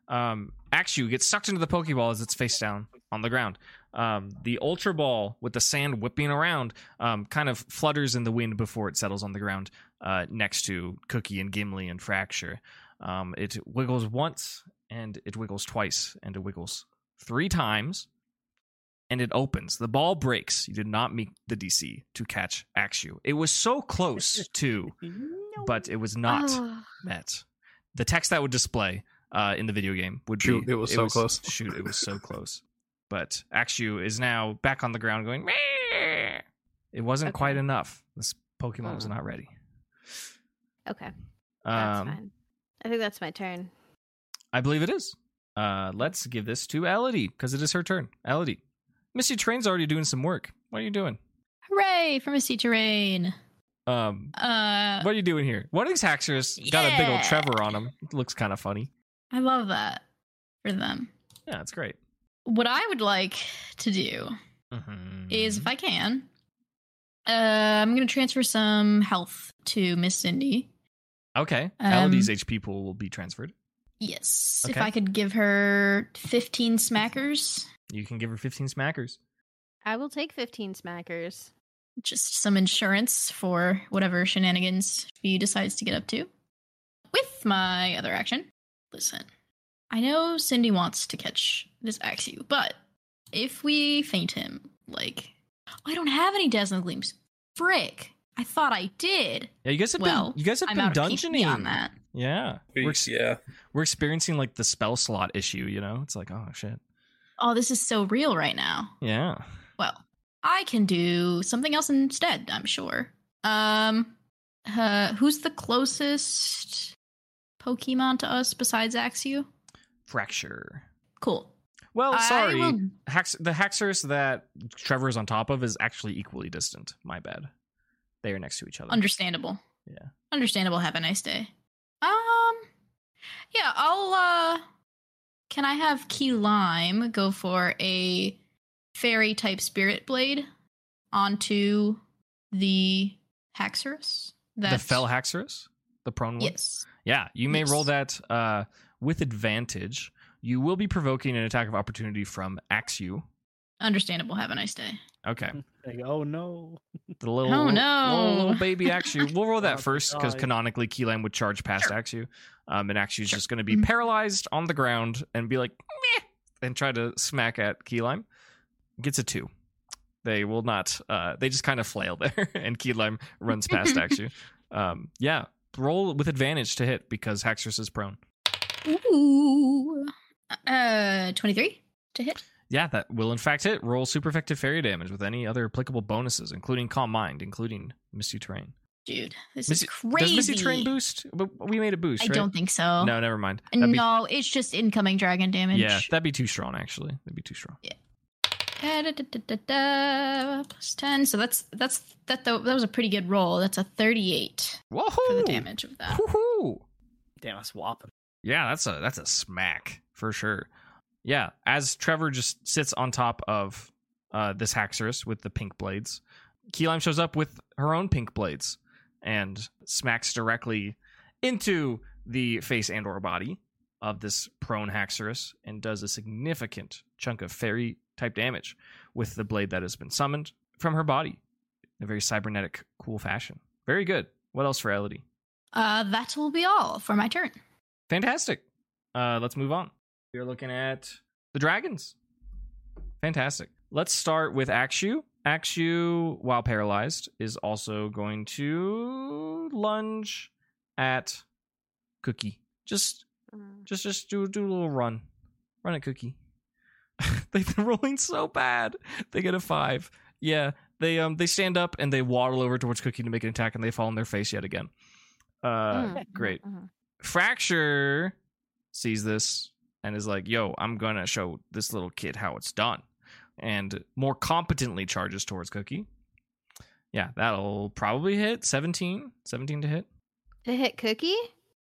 A: Um, Axu gets sucked into the Pokeball as it's face down on the ground. Um, the Ultra Ball with the sand whipping around um, kind of flutters in the wind before it settles on the ground uh, next to Cookie and Gimli and Fracture. Um, it wiggles once and it wiggles twice and it wiggles three times and it opens. The ball breaks. You did not meet the DC to catch Axew. It was so close to, but it was not
E: Ah,
C: Oh.
A: met. The text that would display uh, in the video game would
B: Shoot,
A: be
B: it was so close.
A: Shoot, it was so close. But Axew is now back on the ground going. "Meow." It wasn't
E: Okay.
A: quite enough. This Pokemon was
E: Oh.
A: not ready.
E: Okay, that's
A: Um,
E: fine. I think that's my turn.
A: I believe it is. Uh, let's give this to Elodie because it is her turn. Elodie, Misty Train's already doing some work. What are you doing?
C: Hooray for Misty Terrain.
A: Um,
C: Uh,
A: what are you doing here? One of these hackers got a big old
C: Yeah.
A: Trevor on him. It looks kind of funny.
C: I love that for them.
A: Yeah, it's great.
C: What I would like to do
A: Mm-hmm.
C: is, if I can, uh, I'm going to transfer some health to Miss Cindy.
A: okay.
C: um,
A: Elodie's HP pool will be transferred.
C: Yes,
A: Okay.
C: if I could give her 15 smackers,
A: You can give her 15 smackers.
E: I will take 15 smackers.
C: just some insurance for whatever shenanigans she decides to get up to. With my other action, listen, I know Cindy wants to catch this Axew, but if we faint him, like, oh, I don't have any dazzling gleams. Frick! I thought I did.
A: Yeah, you guys have
C: Well,
A: been you guys have
C: I'm
A: been
C: out of
A: dungeoning
C: PP on that.
A: Yeah, we're ex-
B: yeah.
A: we're experiencing like the spell slot issue. You know, it's like oh shit.
C: Oh, this is so real right now.
A: Yeah,
C: Well, I can do something else instead, I'm sure. Um uh, who's the closest Pokemon to us besides Axew?
A: fracture.
C: Cool.
A: Well, Oh, sorry,
C: I will
A: Hax- the Haxorus that Trevor is on top of is actually equally distant. My bad. They are next to each other.
C: understandable.
A: Yeah.
C: Understandable. Have a nice day. Um Yeah, I'll uh can I have Key Lime go for a fairy type spirit blade onto the Haxorus?
A: the Fell Haxorus, the prone one.
C: Yes.
A: Yeah, you may
C: Yes.
A: roll that uh, with advantage. You will be provoking an attack of opportunity from Axew.
C: Understandable. Have a nice day.
A: Okay.
D: Like, oh no.
A: The little,
C: Oh,
A: little,
C: no.
A: little baby Axew. We'll roll
D: Oh,
A: that
D: good
A: first because
D: God.
A: canonically Keyline would charge past
C: Sure.
A: Axew. Um, and Axew's
C: Sure.
A: just going to be
C: Mhm.
A: paralyzed on the ground and be like, meh, and try to smack at Keyline. Gets a two. They will not, uh, they just kind of flail there. and Keyline runs past Axew. Um, yeah, roll with advantage to hit because Haxorus is prone.
C: Ooh. Uh, 23 to hit.
A: Yeah, that will in fact hit. Roll super effective fairy damage with any other applicable bonuses, including Calm Mind, including Misty Terrain.
C: Dude, this
A: Missy-
C: is crazy.
A: Does Misty Terrain boost? But we made a boost.
C: I
A: right?
C: don't think so.
A: No, never mind. That'd be-
C: No, it's just incoming dragon damage.
A: yeah, that'd be too strong. Actually, that'd be too strong.
C: Da, da, da, da, da, plus 10. So that's that's that though that was a pretty good roll. That's a 38
A: Whoa!
C: for the damage of that.
A: Woohoo!
D: Damn, that's whopping.
A: Yeah, that's a that's a smack for sure. Yeah, as Trevor just sits on top of uh, this Haxorus with the pink blades, Key Lime shows up with her own pink blades and smacks directly into the face and or body of this prone Haxorus and does a significant chunk of fairy type damage with the blade that has been summoned from her body in a very cybernetic, cool fashion. Very good. What else for Elodie?
C: Uh that will be all for my turn.
A: Fantastic. Uh, let's move on. We're looking at the dragons. Fantastic. Let's start with Axu. Axu, while paralyzed, is also going to lunge at Cookie. Just,
C: Mm.
A: just, just do do a little run. Run at Cookie. They've been rolling so bad. They get a five. Yeah. They um they stand up and they waddle over towards Cookie to make an attack and they fall on their face yet again. Uh,
E: Mm,
A: great.
C: Mm-hmm.
E: mhm.
A: Fracture sees this and is like, yo, I'm going to show this little kid how it's done. And more competently charges towards Cookie. Yeah, that'll probably hit 17. 17 to hit.
E: To hit Cookie?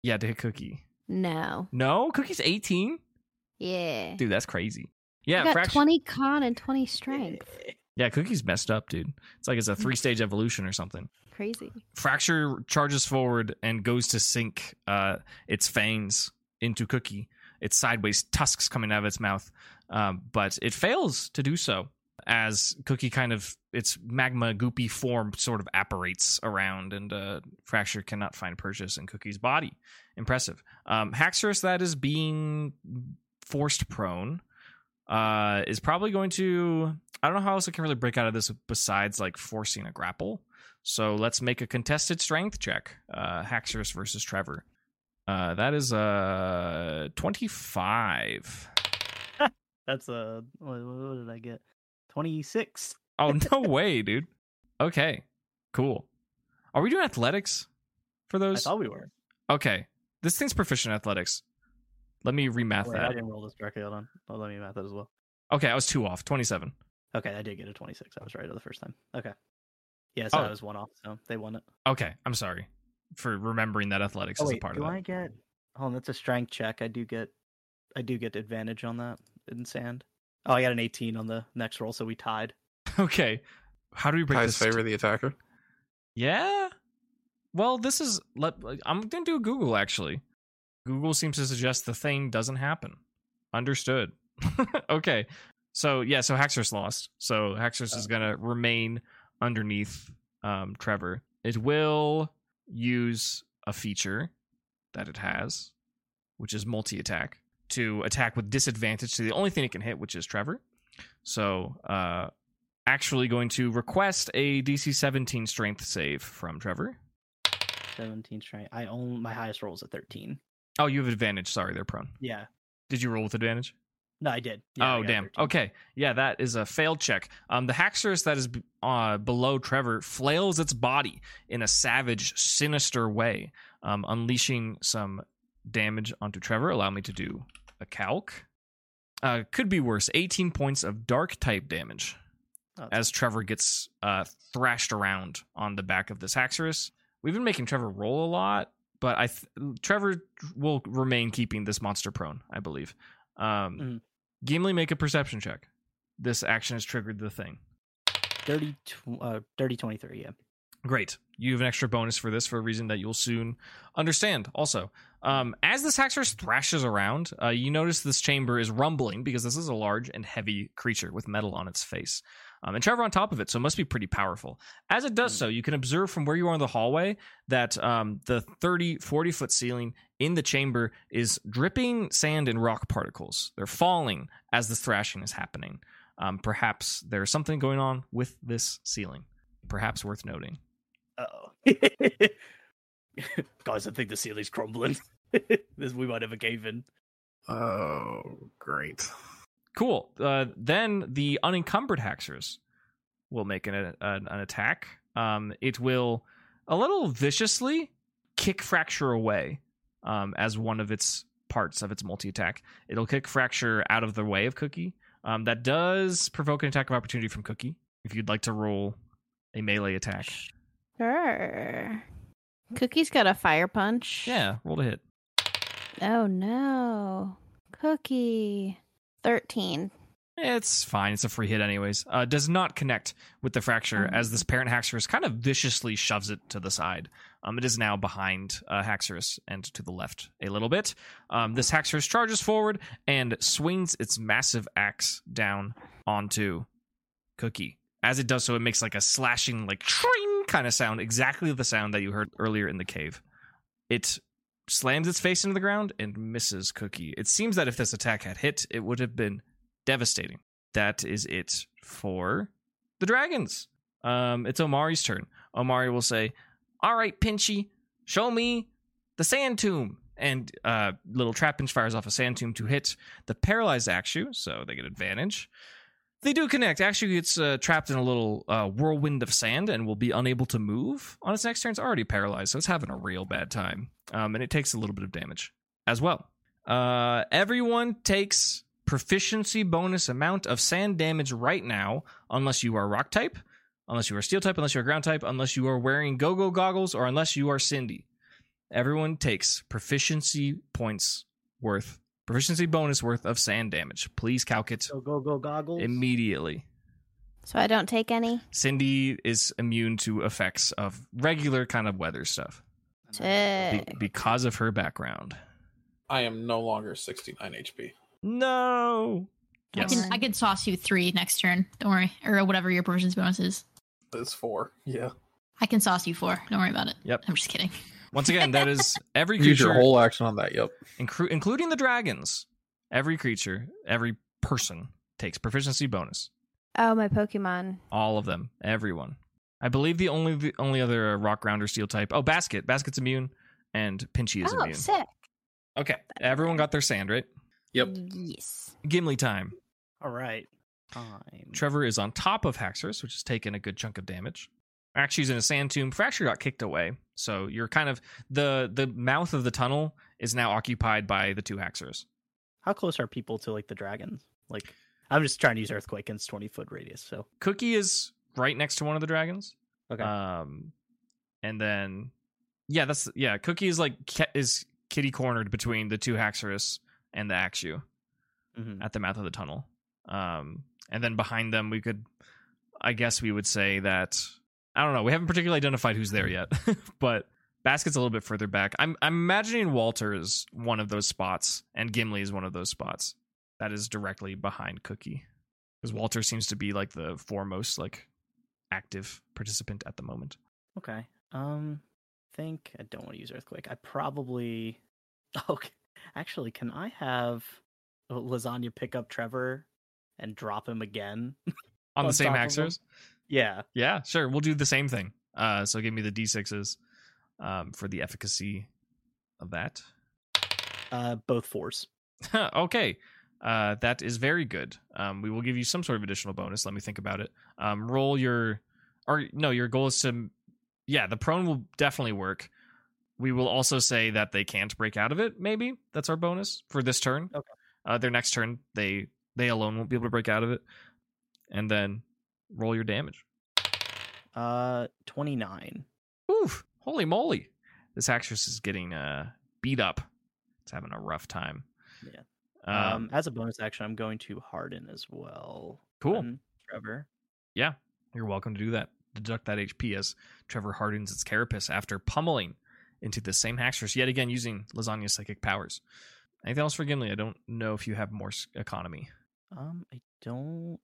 A: Yeah, to hit Cookie.
E: No.
A: No, Cookie's 18?
E: Yeah.
A: Dude, that's crazy.
E: I
A: Yeah,
E: got
A: Fracture.
E: 20 con and 20 strength.
A: Yeah, Cookie's messed up, dude. It's like it's a three stage evolution or something.
E: Crazy.
A: Fracture charges forward and goes to sink uh, its fangs into Cookie. Its sideways tusks coming out of its mouth, um, but it fails to do so as Cookie kind of its magma goopy form sort of apparates around, and uh, Fracture cannot find purchase in Cookie's body. Impressive. Um, Haxorus, that is being forced prone, uh, is probably going to. I don't know how else I can really break out of this besides like forcing a grapple. So let's make a contested strength check. Uh, Haxorus versus Trevor. Uh, that is uh, 25.
D: That's a what, what did I get? Twenty six.
A: Oh no way, dude. Okay, cool. Are we doing athletics for
D: I
A: those?
D: thought we were.
A: Okay, this thing's proficient in athletics. Let me remath
D: Wait,
A: that.
D: I didn't roll this correctly. Hold on. Oh, let me math that as well.
A: Okay, I was two off. Twenty-seven.
D: Okay, I did get a twenty six. I was right the first time. Okay. Yeah, so
A: Oh.
D: I was one off. So they won it.
A: Okay, I'm sorry for remembering that athletics
D: Oh,
A: is
D: wait,
A: a part
D: do
A: of that.
D: I get? Hold on, that's a strength check. I do get, I do get advantage on that in sand. Oh, I got an eighteen on the next roll, so we tied.
A: Okay, how do we break
B: Ty's
A: this?
B: favor the attacker.
A: Yeah. Well, this is. Let, I'm gonna do a Google actually. Google seems to suggest the thing doesn't happen. Understood. okay. So yeah, so Haxorus lost. So Haxorus is gonna remain underneath um, Trevor. It will use a feature that it has, which is multi attack, to attack with disadvantage to the only thing it can hit, which is Trevor. So uh, actually going to request a DC 17 strength save from Trevor.
D: Seventeen strength. I own my highest roll is a thirteen.
A: Oh, you have advantage. Sorry, they're prone.
D: Yeah. Did
A: Did you roll with advantage?
D: No, I did. Yeah, I
A: oh,
D: got a
A: damn.
D: 13.
A: Okay. Yeah, that is a failed check. Um, the Haxorus that is b- uh, below Trevor flails its body in a savage, sinister way, um, unleashing some damage onto Trevor. Allow me to do a calc. Uh, could be worse. 18 points of dark type damage.
D: Oh, that's-
A: as Trevor gets uh, thrashed around on the back of this Haxorus. We've been making Trevor roll a lot, but I th- Trevor will remain keeping this monster prone, I believe. Um,
D: Mhm.
A: Gimli, make a perception check. This action has triggered the thing.
D: 30, tw- uh, 30 23, Yeah.
A: Great. You have an extra bonus for this for a reason that you'll soon understand. Also, um, as this Haxorus thrashes around, uh, you notice this chamber is rumbling because this is a large and heavy creature with metal on its face. Um, and Trevor on top of it, so it must be pretty powerful. As it does so, you can observe from where you are in the hallway that um, the 30, 40 foot ceiling in the chamber is dripping sand and rock particles. They're falling as this thrashing is happening. Um, perhaps there's something going on with this ceiling, perhaps worth noting.
D: Oh, guys, I think the ceiling's crumbling. this we might have a cave in.
B: Oh, great.
A: Cool. Uh, then the unencumbered haxers will make an, an, an attack. Um, it will a little viciously kick fracture away um, as one of its parts of its multi attack. It'll kick fracture out of the way of Cookie. Um, that does provoke an attack of opportunity from Cookie. If you'd like to roll a melee attack,
E: Sure. Cookie's got a fire punch.
A: yeah, roll to hit.
E: Oh no. Cookie. 13.
A: Eh, It's fine. It's a free hit, anyways. Uh, does not connect with the fracture
E: Oh.
A: as this parent Haxorus kind of viciously shoves it to the side. Um, it is now behind uh, Haxorus and to the left a little bit. Um, this Haxorus charges forward and swings its massive axe down onto Cookie. As it does so, it makes like a slashing, like tring kind of sound, exactly the sound that you heard earlier in the cave. It slams its face into the ground and misses Cookie. It seems that if this attack had hit, it would have been devastating. That is it for the dragons. Um, it's Omari's turn. Omari will say, "All right, Pinchy, show me the sand tomb." And uh, little Trapinch fires off a sand tomb to hit the paralyzed Akshu, so they get advantage. They do connect. Akshu gets uh, trapped in a little uh, whirlwind of sand and will be unable to move on its next turn. It's already paralyzed, so it's having a real bad time, um, and it takes a little bit of damage as well. Uh, everyone takes proficiency bonus amount of sand damage right now, unless you are rock type, unless you are steel type, unless you are ground type, unless you are wearing go go goggles, or unless you are Cindy. Everyone takes proficiency points worth, proficiency bonus worth of sand damage. Please calc it
D: Go go go goggles.
A: immediately.
E: So I don't take any.
A: Cindy is immune to effects of regular kind of weather stuff be-
E: Sick.
A: because of her background.
B: I am no longer 69 HP.
A: No. Yes.
C: I can I can sauce you three next turn. Don't worry, or whatever your person's bonus is.
B: It's four. Yeah.
C: I can sauce you four. Don't worry about it.
A: Yep.
C: I'm just kidding.
A: Once again, that is every
B: Use your
A: creature,
B: whole action on that. Yep.
A: inclu- including the dragons. Every creature, every person takes proficiency bonus.
E: Oh, my Pokemon.
A: All of them, everyone. I believe the only the only other uh, rock ground or steel type. Oh, basket. Basket's immune, and Pinchy is
E: oh,
A: immune.
E: sick.
A: Okay, everyone got their sand right.
B: Yep.
E: Yes.
A: Gimli time.
D: All right. Fine.
A: Trevor is on top of Haxorus, which has taken a good chunk of damage. Actually, he's in a sand tomb. Fracture got kicked away, so you're kind of the the mouth of the tunnel is now occupied by the two Haxorus.
D: How close are people to like the dragons? Like, I'm just trying to use earthquake and it's 20 foot radius. So
A: Cookie is right next to one of the dragons.
D: Okay.
A: Um, and then yeah, that's yeah. Cookie is like ki- is kitty cornered between the two Haxorus and the Axu
D: mhm.
A: at the mouth of the tunnel. Um, and then behind them, we could, I guess, we would say that I don't know. We haven't particularly identified who's there yet, but Basket's a little bit further back. I'm I'm imagining Walter is one of those spots, and Gimli is one of those spots that is directly behind Cookie, because Walter seems to be like the foremost like active participant at the moment.
D: okay. Um, I think I don't want to use earthquake. I probably. Okay. Actually, can I have Lasagna pick up Trevor and drop him again?
A: On,
D: On
A: the same
D: top of them.
A: axis,
D: yeah.
A: yeah, sure. We'll do the same thing. Uh, so give me the d6s um, for the efficacy of that.
D: Uh, both fours.
A: okay. Uh, that is very good. Um, we will give you some sort of additional bonus. Let me think about it. Um, roll your, or no, your goal is to, yeah, the prone will definitely work. We will also say that they can't break out of it. Maybe that's our bonus for this turn.
D: Okay.
A: Uh, their next turn, they they alone won't be able to break out of it. And then roll your damage.
D: Uh, 29.
A: Oof! Holy moly! This actress is getting uh beat up. It's having a rough time.
D: Yeah.
A: Um.
D: um, as a bonus action, I'm going to harden as well.
A: Cool.
D: on Trevor.
A: You're welcome to do that. Deduct that HP as Trevor hardens its carapace after pummeling into the same haxorus yet again using Lasagna's psychic powers. Anything else for Gimli? I don't know if you have more s- economy.
D: Um, I don't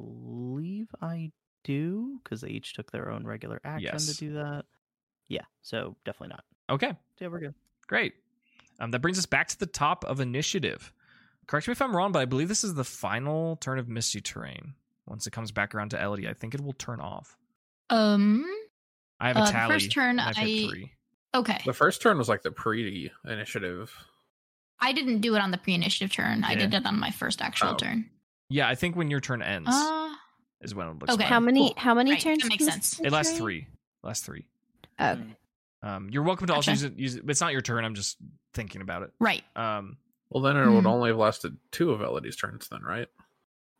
D: believe I do because they each took their own regular action
A: Yes.
D: to do that. Yeah, so definitely not.
A: Okay,
D: Yeah, we're good.
A: great. Um, that brings us back to the top of initiative. Correct me if I'm wrong, but I believe this is the final turn of Misty Terrain. Once it comes back around to Elodie, I think it will turn off.
C: Um.
A: I have a
C: Uh, the
A: tally.
C: first turn,
A: and I've hit
C: I-
A: three.
C: Okay.
B: The first turn was like the pre initiative.
C: I didn't do it on the pre-initiative turn. I
A: Yeah.
C: did it on my first actual
B: Oh.
C: turn.
A: Yeah, I think when your turn ends
C: Uh,
A: is when it looks.
C: okay.
A: like.
E: How many?
C: cool.
E: How many
C: Right,
E: turns?
C: that makes
E: does
C: sense.
E: this
A: It lasts
E: take?
A: three. Last three.
E: Okay.
A: Um, you're welcome to also
C: Okay.
A: use it. Use it. It's not your turn. I'm just thinking about it.
C: right.
A: Um,
B: Well, then it would
C: Hmm.
B: only have lasted two of Elodie's turns, then, right?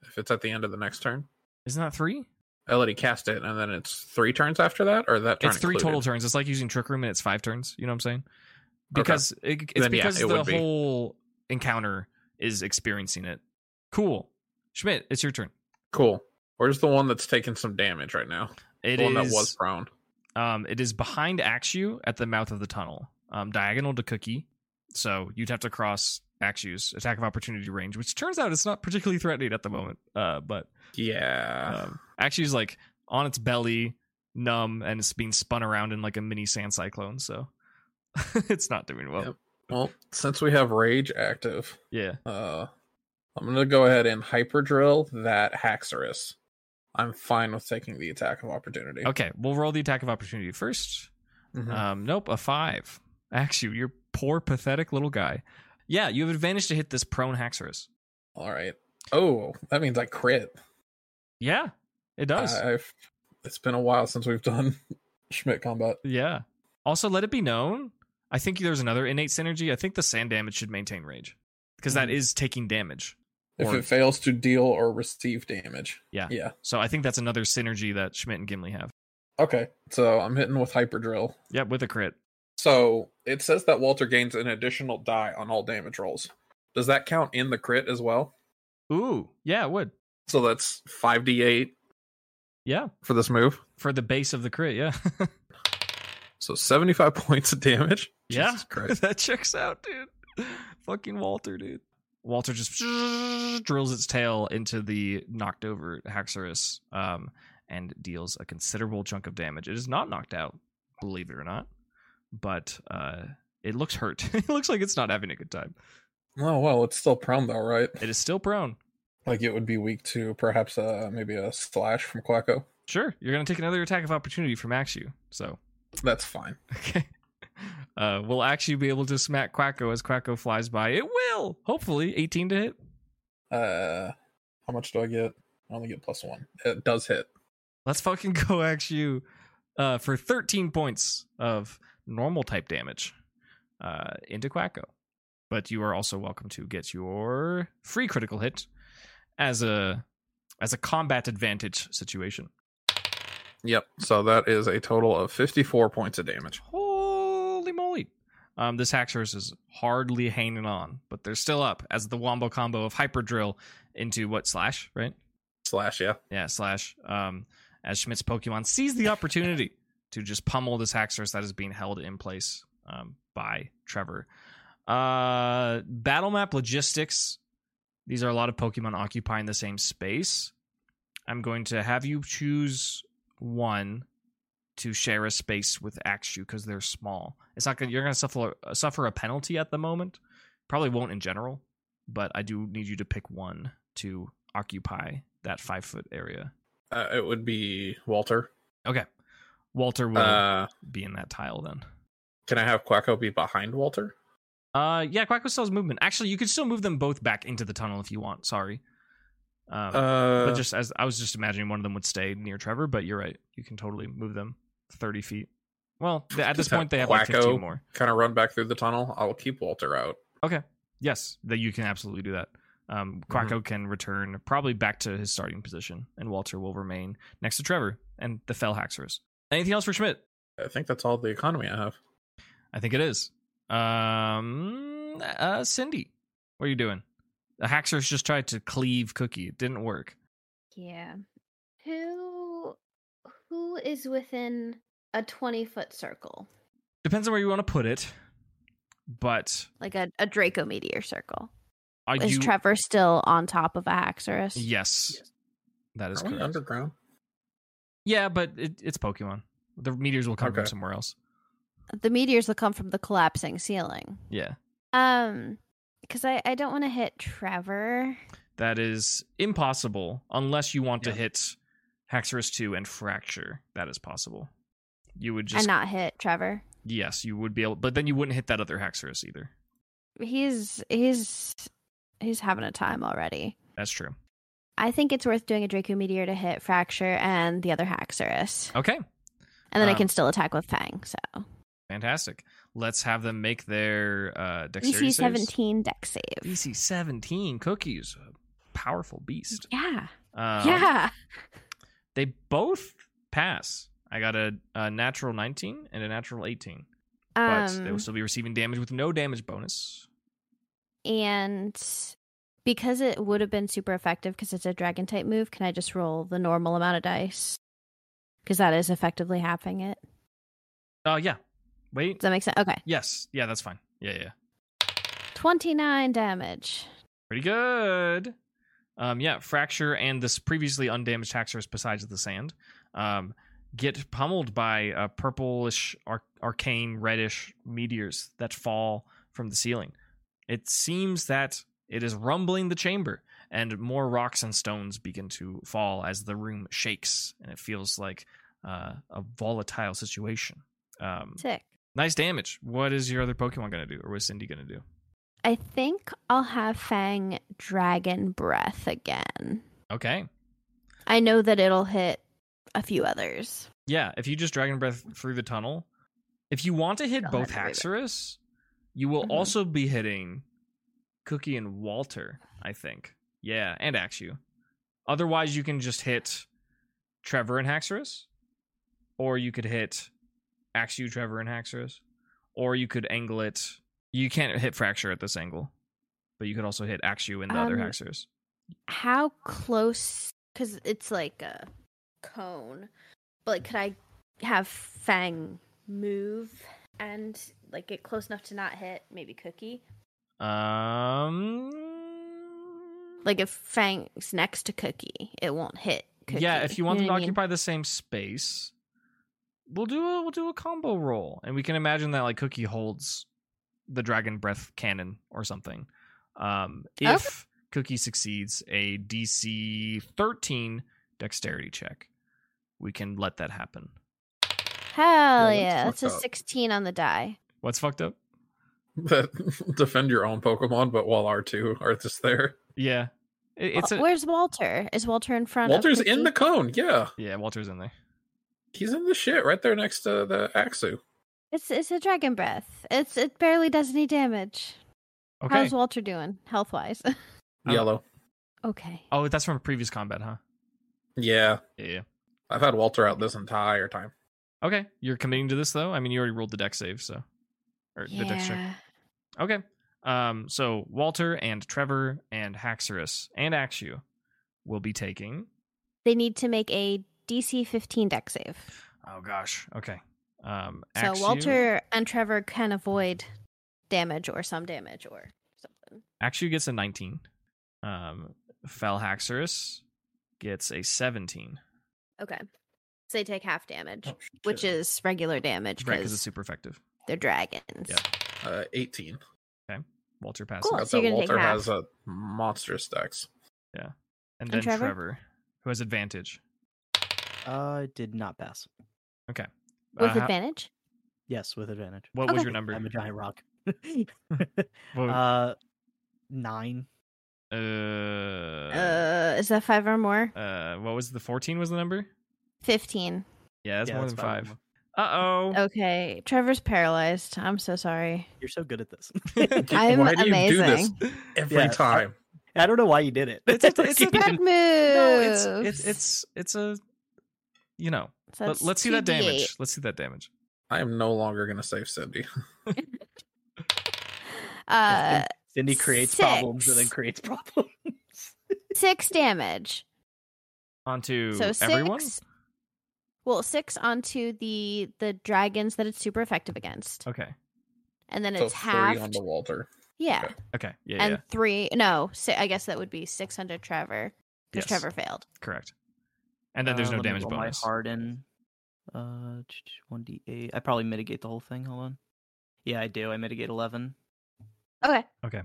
B: If it's at the end of the next turn,
A: isn't that three?
B: Elodie cast it, and then it's three turns after that, or that turn
A: it's three total
B: included?
A: turns. It's like using trick room, and it's five turns. You know what I'm saying? Because it, it's
B: Then, yeah,
A: because
B: it
A: the
B: would be.
A: whole encounter is experiencing it. Cool, Schmidt. It's your turn.
B: Cool. Where's the one that's taking some damage right now?
A: It
B: the one
A: is-
B: that was prone.
A: Um, it is behind Axu at the mouth of the tunnel, um, diagonal to Cookie. So you'd have to cross Axu's attack of opportunity range, which turns out it's not particularly threatening at the moment. Uh, but
B: Yeah.
A: um, actually is like on its belly, numb, and it's being spun around in like a mini sand cyclone. So it's not doing well.
B: Yep. well, since we have rage active,
A: Yeah.
B: uh, I'm gonna go ahead and hyper drill that Haxorus. I'm fine with taking the attack of opportunity.
A: Okay. We'll roll the attack of opportunity first.
B: Mhm.
A: Um, nope, a five. Actually, you're poor, pathetic little guy. Yeah, you have advantage to hit this prone Haxorus.
B: All right. Oh, that means I crit.
A: Yeah, it does.
B: I've, it's been a while since we've done Schmidt combat.
A: yeah. Also, let it be known. I think there's another innate synergy. I think the sand damage should maintain rage because that
D: Mhm.
A: is taking damage.
B: Mm-hmm. If
A: Or-
B: it fails to deal or receive damage.
A: Yeah.
B: Yeah.
A: so I think that's another synergy that Schmidt and Gimli have.
B: Okay. So I'm hitting with hyper drill.
A: Yep, with a crit.
B: So it says that Walter gains an additional die on all damage rolls. Does that count in the crit as well?
A: Ooh, yeah, it would.
B: So that's 5d8
A: Yeah,
B: for this move.
A: for the base of the crit. Yeah,
B: So 75 points of damage.
A: Yeah.
B: Jesus Christ.
A: that checks out, dude. Fucking Walter, dude. Walter just drills its tail into the knocked over Haxorus um, and deals a considerable chunk of damage. It is not knocked out, believe it or not, but uh, it looks hurt. it looks like it's not having a good time.
B: Oh well, it's still prone though, right?
A: It is still prone.
B: Like it would be weak to perhaps uh maybe a slash from Quacko.
A: Sure, you're going to take another attack of opportunity from Axu. So,
B: That's fine.
A: okay. Uh, will Axu be able to smack Quacko as Quacko flies by? It will! Hopefully. 18 to hit.
B: Uh, how much do I get? I only get plus one. It does hit.
A: Let's fucking go, Axu, uh, for 13 points of normal type damage uh, into Quacko. But you are also welcome to get your free critical hit as a as a combat advantage situation.
B: Yep. So that is a total of fifty-four points of damage.
A: Holy moly. Um, this Haxorus is hardly hanging on, but they're still up as the wombo combo of Hyper Drill into what slash, right?
B: Slash. Yeah.
A: Yeah, slash. Um, as Schmidt's Pokemon sees the opportunity to just pummel this Haxorus that is being held in place um, by Trevor. Uh, battle map logistics. These are a lot of Pokemon occupying the same space. I'm going to have you choose one to share a space with Axu because they're small. It's not gonna, you're going to suffer suffer a penalty at the moment. Probably won't in general, but I do need you to pick one to occupy that five foot area.
B: Uh, it would be Walter.
A: Okay, Walter will
B: Uh,
A: be in that tile then.
B: can I have Quacko be behind Walter?
A: Uh, yeah, Quacko still has movement. Actually, you could still move them both back into the tunnel if you want. Sorry. Um,
B: Uh,
A: but just as I was just imagining, one of them would stay near Trevor. But you're right; you can totally move them thirty feet. Well, th- at this
B: Just have
A: point, they have like
B: Quacko.
A: fifteen more.
B: kind of run back through the tunnel. I'll keep Walter out.
A: Yes, that you can absolutely do that. Um,
B: Mm-hmm.
A: Quacko can return probably back to his starting position, and Walter will remain next to Trevor and the Fell Haxorus. Anything else for Schmidt?
B: I think that's all the economy I have.
A: I think it is. Um, uh, Cindy, what are you doing? The Haxorus just tried to cleave Cookie. It didn't work.
E: Yeah. Who who is within a 20 foot circle?
A: Depends on where you want to put it, but
E: Like a, a Draco meteor circle.
A: are
E: is
A: you?
E: Trevor still on top of Axorus?
A: yes,
B: Yes.
A: that is
B: Are we
A: correct.
B: underground?
A: Yeah, but it, it's Pokemon. The meteors will come from
B: Okay.
A: somewhere else.
E: The meteors will come from the collapsing ceiling.
A: Yeah,
E: Um, because I I don't want to hit Trevor.
A: that is impossible unless you want
B: Yeah.
A: to hit Haxorus two and Fracture. That is possible. You would just
E: and not hit Trevor.
A: yes, you would be able, but then you wouldn't hit that other Haxorus either.
E: He's he's he's having a time already.
A: That's true.
E: I think it's worth doing a Draco Meteor to hit Fracture and the other Haxorus,
A: Okay,
E: and then I
A: um,
E: can still attack with Fang. So
A: fantastic. Let's have them make their uh, dexterity
E: DC
A: saves.
E: E seventeen deck save.
A: EC E seventeen cookies, a powerful beast.
E: Yeah,
A: Um,
E: yeah.
A: They both pass. I got a, a natural 19 and a natural 18, but they
E: Um,
A: will still be receiving damage with no damage bonus.
E: and because it would have been super effective because it's a Dragon type move, can I just roll the normal amount of dice? Because that is effectively halving it.
A: Oh yeah. Wait.
E: Does that make sense? Okay,
A: Yes. Yeah, that's fine. Yeah, yeah.
E: twenty nine damage.
A: Pretty good. Um, yeah, fracture and this previously undamaged Haxorus besides the sand um, get pummeled by uh, purplish, arc- arcane, reddish meteors that fall from the ceiling. It seems that it is rumbling the chamber, and more rocks and stones begin to fall as the room shakes, and it feels like uh, a volatile situation. Um,
E: Sick.
A: nice damage. What is your other Pokemon going to do, or what is Cindy going to do?
E: I think I'll have Fang Dragon Breath again.
A: Okay.
E: I know that it'll hit a few others.
A: Yeah, if you just dragon breath through the tunnel, if you want to hit
E: I'll
A: both
E: have to read Hmm. it.
A: Haxorus, you will
E: Mhm.
A: also be hitting Cookie and Walter, I think. Yeah, and Axu. Otherwise, you can just hit Trevor and Haxorus, or you could hit Axu, Trevor, and Haxorus, or you could angle it. You can't hit Fracture at this angle, but you could also hit Axu and the other
E: Um,
A: Haxorus.
E: How close? Because it's like a cone. But like, could I have Fang move and like get close enough to not hit maybe Cookie?
A: Um,
E: Like if Fang's next to Cookie, it won't hit. Cookie.
A: Yeah, if you want
E: know
A: them to
E: what I mean?
A: occupy the same space, we'll do a we'll do a combo roll, and we can imagine that like Cookie holds the dragon breath cannon or something. Um,
E: Okay.
A: if Cookie succeeds a DC thirteen dexterity check, we can let that happen.
E: Hell
B: Yeah,
E: yeah,
B: that's
E: that's a
B: fucked up.
E: sixteen on the die.
A: What's fucked up?
B: That defend your own Pokemon, but while R two are just there.
A: Yeah, it, it's a
E: Where's Walter? Is Walter in front?
B: Walter's
E: of
B: in the
E: Cookie?
B: cone. Yeah,
A: yeah. Walter's in there.
B: he's in the shit right there next to the Axu.
E: It's it's a dragon breath. It's it barely does any damage.
A: Okay.
E: How's Walter doing health wise?
A: Uh,
B: Yellow.
E: okay.
A: oh, that's from a previous combat, huh?
B: Yeah,
A: Yeah. yeah.
B: I've had Walter out this entire time.
A: Okay, you're committing to this though. I mean, you already rolled the deck save, so or the deck check.
E: Yeah.
A: Okay. Um, so Walter and Trevor and Haxorus and Axu will be taking.
E: They need to make a DC fifteen deck save.
A: Oh gosh. Okay. Um,
E: So
A: Axu,
E: Walter and Trevor can avoid damage or some damage or something.
A: Axu gets a 19. Um, Falhaxorus gets a 17.
E: Okay. So they take half damage,
B: Oh,
E: which
B: shit.
E: is regular damage
A: Right, because it's
E: because
A: super effective.
E: they're dragons.
A: Yeah.
B: uh, eighteen.
A: Walter passes,
E: Cool.
B: Got
E: so
B: that
E: you're Oh, gonna take
B: Walter
E: half.
B: has a monstrous dex.
A: and
E: And
A: then Trevor?
E: Trevor?
A: who has advantage.
D: Uh, did not pass.
E: With
A: Uh, how-
E: advantage?
D: Yes, with advantage.
A: What was
E: Okay.
A: your number?
D: I'm a giant rock.
A: What-
D: uh, nine.
A: uh,
E: Uh, is that five or more?
A: uh, what was the 14 was the number?
E: 15.
A: Yeah, that's
D: Yeah,
A: more
D: that's
A: than
D: five or
A: five.
D: more.
A: Uh oh.
E: Okay. Trevor's paralyzed. I'm so sorry.
D: You're so good at this.
E: I'm
B: Why do you do this
E: amazing.
B: every
D: Yeah, I-
B: time?
D: I don't know why you did it.
A: It's a- it's a
D: Freaking-
E: Bad move.
A: No, it's it's it's it's a you know.
E: So
A: let,
E: it's
A: us see that
E: 2d8.
A: damage. Let's see that damage.
B: I am no longer gonna save Cindy.
E: Uh,
D: Cindy creates problems and then
E: six.
D: creates problems.
E: six damage.
A: Onto
E: So six.
A: everyone.
E: Well, six onto the the dragons that it's super effective against,
A: Okay.
E: and then
B: So
E: it's half.
B: three on the Walter.
E: Yeah,
B: Okay.
A: Okay. Yeah.
E: and
A: yeah.
E: three. No, si- I guess that would be six under
A: Yes.
E: Trevor because Trevor failed.
A: Correct. And then there's
D: Uh,
A: no
D: let me
A: damage
D: roll
A: bonus.
D: My harden. Uh, one d eight. I probably mitigate the whole thing. Hold on. Yeah, I do. I mitigate eleven.
E: Okay.
A: The
D: So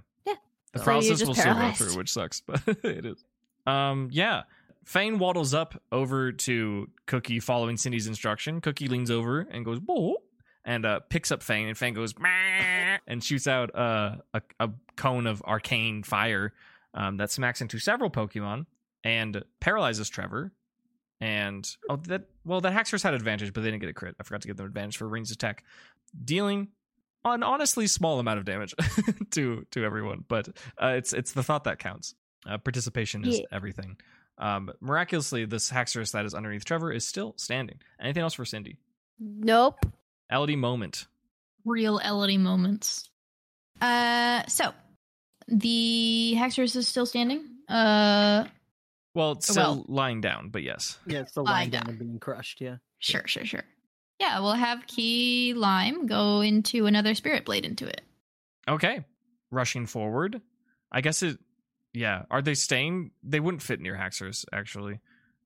D: you're
A: paralysis
E: just
A: will still go
E: paralyzed.
A: through, which sucks, but it is. Um. Yeah. Fane waddles up over to Cookie, following Cindy's instruction. Cookie leans over and goes "Boo," and uh, picks up Fane, and Fane goes "Meh," and shoots out uh, a a cone of arcane fire um, that smacks into several Pokemon and paralyzes Trevor. And oh, that well, that Haxorus had advantage, but they didn't get a crit. I forgot to give them advantage for ranged attack, dealing an honestly small amount of damage to to everyone. But uh, it's it's the thought that counts. Uh, participation is
E: Yeah.
A: everything. Um, miraculously, this Haxorus that is underneath Trevor is still standing. Anything else for Cindy?
E: Nope.
A: Elodie moment.
C: real Elodie moments. Uh, so the Hexorus is still standing. Uh,
A: Well, still
C: Well-
A: lying down, but yes.
D: Yeah, it's the
C: lying
D: lying
C: down
D: down and being crushed. Yeah.
C: sure, sure, sure. Yeah, we'll have Key Lime go into another Spirit Blade into it.
A: Okay. Rushing forward. I guess it yeah. Are they staying? They wouldn't fit near Haxorus, actually.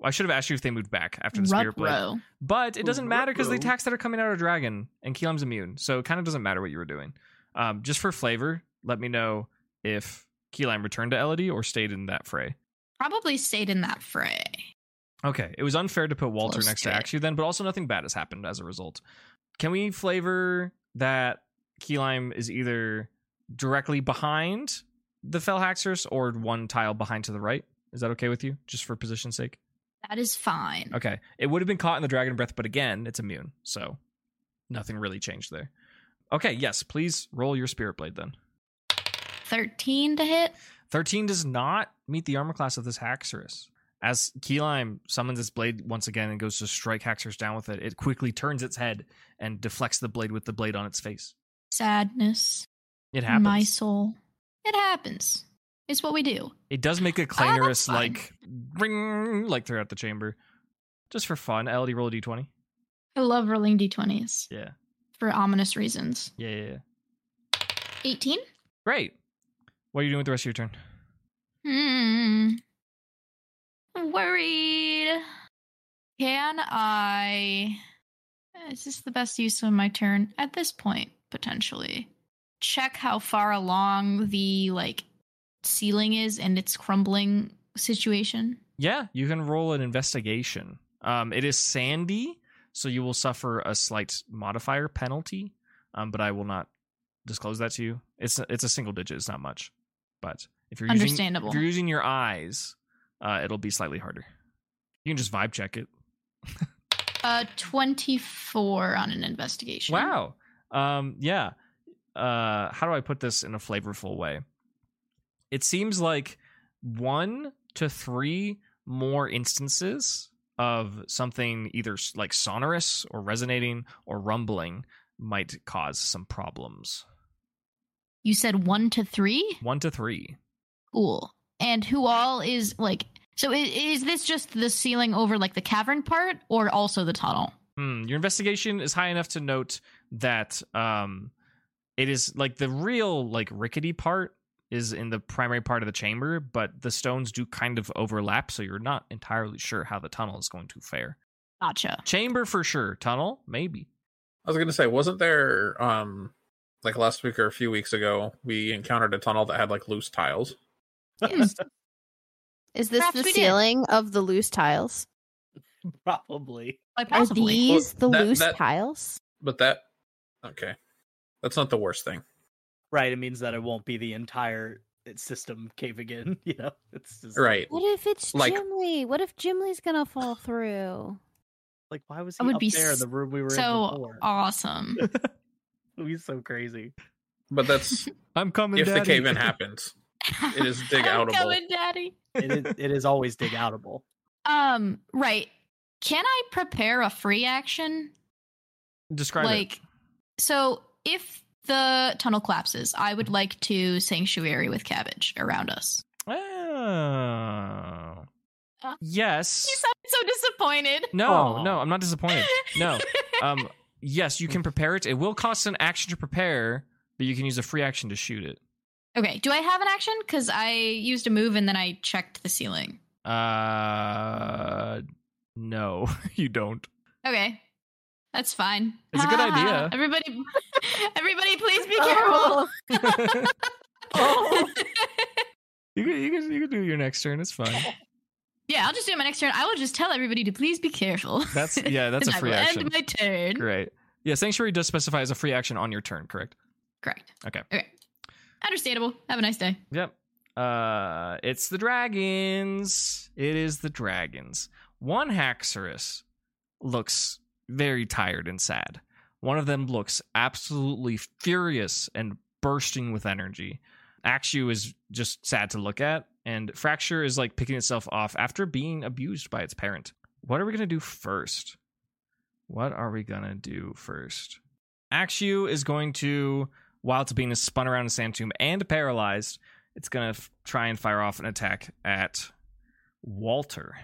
A: I should have asked you if they moved back after the spirit blade.
C: Ruh-roh.
A: But it doesn't matter because the
D: Ruh-roh.
A: attacks that are coming out are dragon and Keelam's immune. So it kind of doesn't matter what you were doing. Um, just for flavor, let me know if Keelam returned to Elodie or stayed in that fray.
C: Probably stayed in that fray.
A: Okay, it was unfair to put Walter
C: Close
A: next to
C: to it.
A: Axu then, but also nothing bad has happened as a result. Can we flavor that Key Lime is either directly behind the Felhaxorus or one tile behind to the right? Is that okay with you, just for position's sake?
C: That is fine.
A: Okay, it would have been caught in the Dragon Breath, but again, it's immune, so nothing really changed there. Okay, yes, please roll your Spirit Blade then.
C: 13 to hit.
A: 13 does not meet the armor class of this Haxorus. As Key Lime summons its blade once again and goes to strike Haxorus down with it, it quickly turns its head and deflects the blade with the blade on its face.
C: Sadness.
A: It
C: in
A: happens.
C: My soul. It happens. It's what we do.
A: It does make a
C: Ah, that's
A: clangorous
C: fine.
A: like ring like throughout the chamber. Just for fun, LD roll a d20.
C: I love rolling d20s
A: Yeah.
C: for ominous reasons.
A: Yeah, yeah, yeah.
C: 18?
A: Great. What are you doing with the rest of your turn?
C: Hmm. I'm worried. Can I? Is this the best use of my turn at this point? Potentially. Check how far along the like ceiling is and its crumbling situation.
A: Yeah, you can roll an investigation. Um, it is sandy, so you will suffer a slight modifier penalty, um, but I will not disclose that to you. It's it's a single digit. It's not much, but if you're
C: Understandable.
A: using, if you're using your eyes, uh, it'll be slightly harder. You can just vibe check it.
C: Uh, twenty-four on an investigation.
A: Wow. Um, yeah. Uh, how do I put this in a flavorful way? It seems like one to three more instances of something either s- like sonorous or resonating or rumbling might cause some problems.
C: You said one to three.
A: One to three.
C: Cool. And who all is like? So i- is this just the ceiling over like the cavern part, or also the tunnel?
A: Hmm, your investigation is high enough to note that um, it is like the real like rickety part is in the primary part of the chamber, but the stones do kind of overlap, so you're not entirely sure how the tunnel is going to fare.
C: Gotcha.
A: Chamber for sure, tunnel maybe.
B: I was gonna say, wasn't there um like last week or a few weeks ago we encountered a tunnel that had like loose tiles?
C: Yes.
E: Is this
C: Perhaps
E: the
C: we did.
E: ceiling of the loose tiles?
D: Probably.
C: Like,
E: Are
C: possibly.
E: these the
B: Well, that-
E: loose
B: that-
E: tiles?
B: But that okay. That's not the worst thing.
D: Right. It means that it won't be the entire uh, system caving in. You know, it's just
B: Right.
E: What if it's
B: Like-
E: Gimli? What if Gimli's gonna fall through?
D: Like, why was
C: I
D: he
C: would
D: up
C: be
D: there in
C: s-
D: the room we were in
C: so uh,
D: before?
C: awesome.
D: It would be so crazy.
B: But that's
A: I'm coming.
B: if the
A: daddy.
B: cave in happens. It is dig
C: I'm
B: outable.
C: coming, Daddy.
D: It is, it is always dig outable.
C: Um, right. Can I prepare a free action?
A: Describe
C: like,
A: it.
C: so if the tunnel collapses, I would like to sanctuary with cabbage around us.
A: Oh.
C: Uh,
A: Yes.
C: You sound so disappointed.
A: No,
D: Aw.
A: no, I'm not disappointed. No. Um, yes, you can prepare it. It will cost an action to prepare, but you can use a free action to shoot it.
C: Okay. Do I have an action? Because I used a move and then I checked the ceiling.
A: Uh, no, you don't.
C: Okay. That's fine.
A: It's a good idea.
C: Everybody everybody please be
E: Oh.
C: careful.
A: you, can, you, can, you can do your next turn. It's fine.
C: yeah, I'll just do it my next turn. I will just tell everybody to please be careful.
A: That's yeah. That's a
C: And I
A: free
C: will
A: action.
C: End my turn.
A: Great. Yeah, sanctuary does specify as a free action on your turn. Correct.
C: Correct.
A: Okay.
C: Okay. Understandable. Have a nice day.
A: Yep. Uh, it's the dragons. It is the dragons. One Haxorus looks very tired and sad. One of them looks absolutely furious and bursting with energy. Axu is just sad to look at, and Fracture is like picking itself off after being abused by its parent. What are we gonna do first? What are we gonna do first? Axu is going to, while it's being spun around in sand tomb and paralyzed, it's going to f- try and fire off an attack at Walter.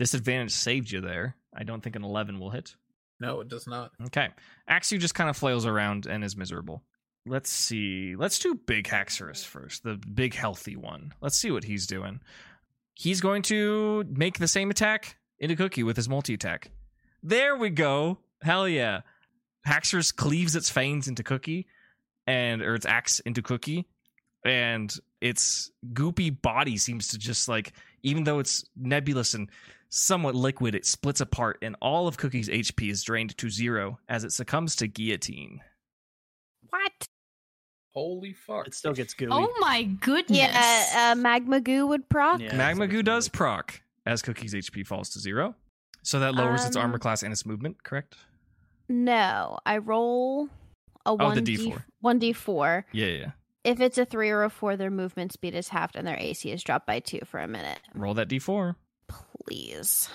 A: Disadvantage saved you there. I don't think an 11 will hit.
B: No, it does not.
A: Okay. Axu just kind of flails around and is miserable. Let's see. Let's do Big Haxorus first, the big healthy one. Let's see what he's doing. He's going to make the same attack into Cookie with his multi attack. There we go. Hell yeah. Haxorus cleaves its fangs into Cookie and or its axe into Cookie and its goopy body seems to just like even though it's nebulous and somewhat liquid, it splits apart, and all of Cookie's HP is drained to zero as it succumbs to guillotine.
E: What?
B: Holy fuck.
D: It still gets gooey.
C: Oh my goodness.
E: Yeah, uh, Magma Goo would proc.
D: Yeah,
A: Magma
D: so
A: Goo
D: it's
A: does
D: really-
A: proc as Cookie's HP falls to zero. So that lowers its
E: Um,
A: armor class and its movement, correct?
E: No, I roll a
A: the
E: one
A: D4.
E: one d four.
A: Yeah, yeah. yeah.
E: If it's a three or a four, their movement speed is halved and their AC is dropped by two for a minute.
A: Roll that d4.
E: Please.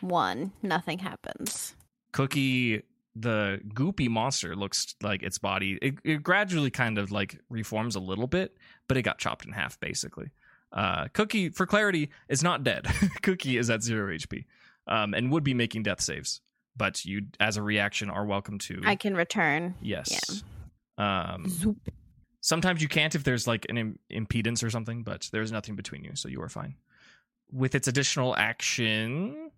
E: One, nothing happens.
A: Cookie, the goopy monster, looks like its body. It, it gradually kind of like reforms a little bit, but it got chopped in half basically. Uh, Cookie, for clarity, is not dead. Cookie is at zero HP, um, and would be making death saves. But you, Mm. as a reaction, are welcome to
E: I can return.
A: yes. Um,
E: Zoop.
A: Sometimes you can't if there's like an Im- impedance or something, but there's nothing between you, so you are fine. With its additional action,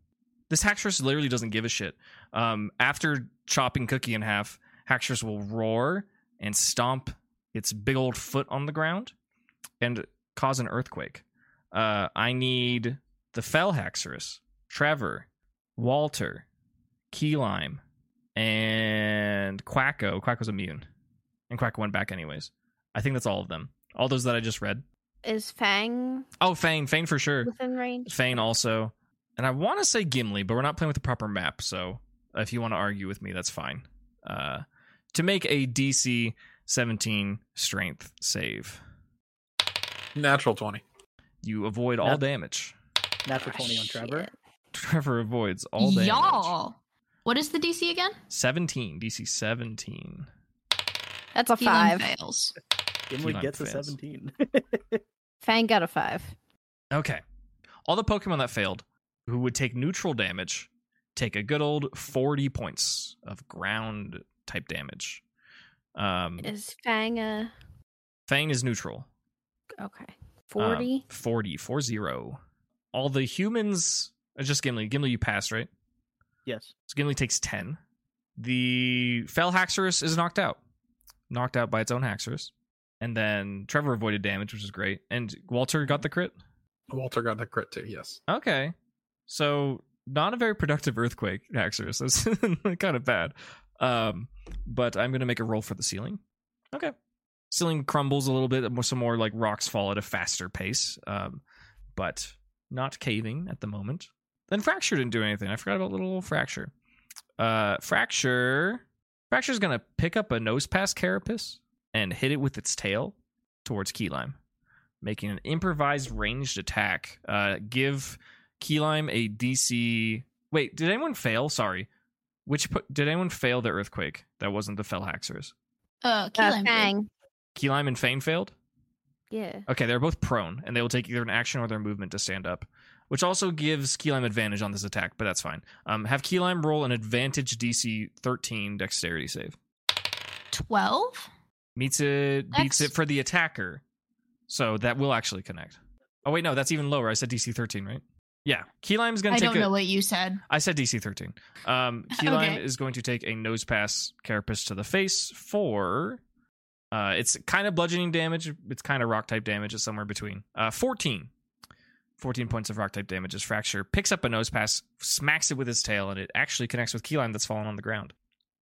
A: this Haxorus literally doesn't give a shit. Um, after chopping Cookie in half, Haxorus will roar and stomp its big old foot on the ground and cause an earthquake. Uh, I need the Fell Haxorus, Trevor, Walter, Key Lime, and Quacko. Quacko's immune. And Quacko went back anyways. I think that's all of them. All those that I just read.
E: Is Fang
A: Oh, Fane. Fane for sure.
E: within range?
A: Fane also. And I want to say Gimli, but we're not playing with the proper map. So if you want to argue with me, that's fine. Uh, to make a DC 17 strength save,
B: Natural 20.
A: you avoid all
D: Yep.
A: damage.
D: Natural
E: Ah,
D: 20 on Trevor.
E: shit.
A: Trevor avoids all damage.
C: Y'all. What is the DC again?
A: 17. DC 17.
E: That's a
C: Healing
E: five.
C: fails.
D: Gimli
A: Keelan
D: gets a
A: fails.
D: 17.
E: Fang got a five.
A: Okay. All the Pokemon that failed, who would take neutral damage, take a good old 40 points of ground type damage. Um,
E: Is Fang a
A: Fang is neutral.
E: okay?
A: Um,
E: Forty.
A: 40, 40. All the humans, uh, just Gimli. Gimli, you passed, right?
D: yes.
A: So Gimli takes 10. The Felhaxorus is knocked out, knocked out by its own Haxorus. And then Trevor avoided damage, which is great. And Walter got the crit.
B: Walter got the crit too, yes.
A: Okay. So not a very productive earthquake, Haxorus. That's kind of bad. Um, but I'm gonna make a roll for the ceiling. Okay. Ceiling crumbles a little bit, more some more like rocks fall at a faster pace. Um, but not caving at the moment. Then fracture didn't do anything. I forgot about little old fracture. Uh fracture Fracture's gonna pick up a nose pass carapace and hit it with its tail towards key lime, making an improvised ranged attack. Uh, give key lime a DC. Wait, did anyone fail? Sorry, which po- did anyone fail the earthquake? That wasn't the Felhaxers.
C: Uh,
E: Uh,
C: Keelan.
E: Fang.
A: Key lime and Fane failed.
E: Yeah.
A: Okay, they're both prone, and they will take either an action or their movement to stand up, which also gives key lime advantage on this attack. But that's fine. Um, have key lime roll an advantage DC 13 Dexterity save.
C: 12?
A: meets it beats
C: Next.
A: it for the attacker so that will actually connect oh wait no that's even lower i said dc 13 right yeah key lime's gonna
C: I
A: take
C: don't
A: a
C: know what you said.
A: i said dc 13 um key lime
C: Okay.
A: is going to take a nose pass carapace to the face for uh it's kind of bludgeoning damage it's kind of rock type damage it's somewhere between uh 14 14 points of rock type damage is fracture picks up a nose pass smacks it with his tail and it actually connects with key lime that's fallen on the ground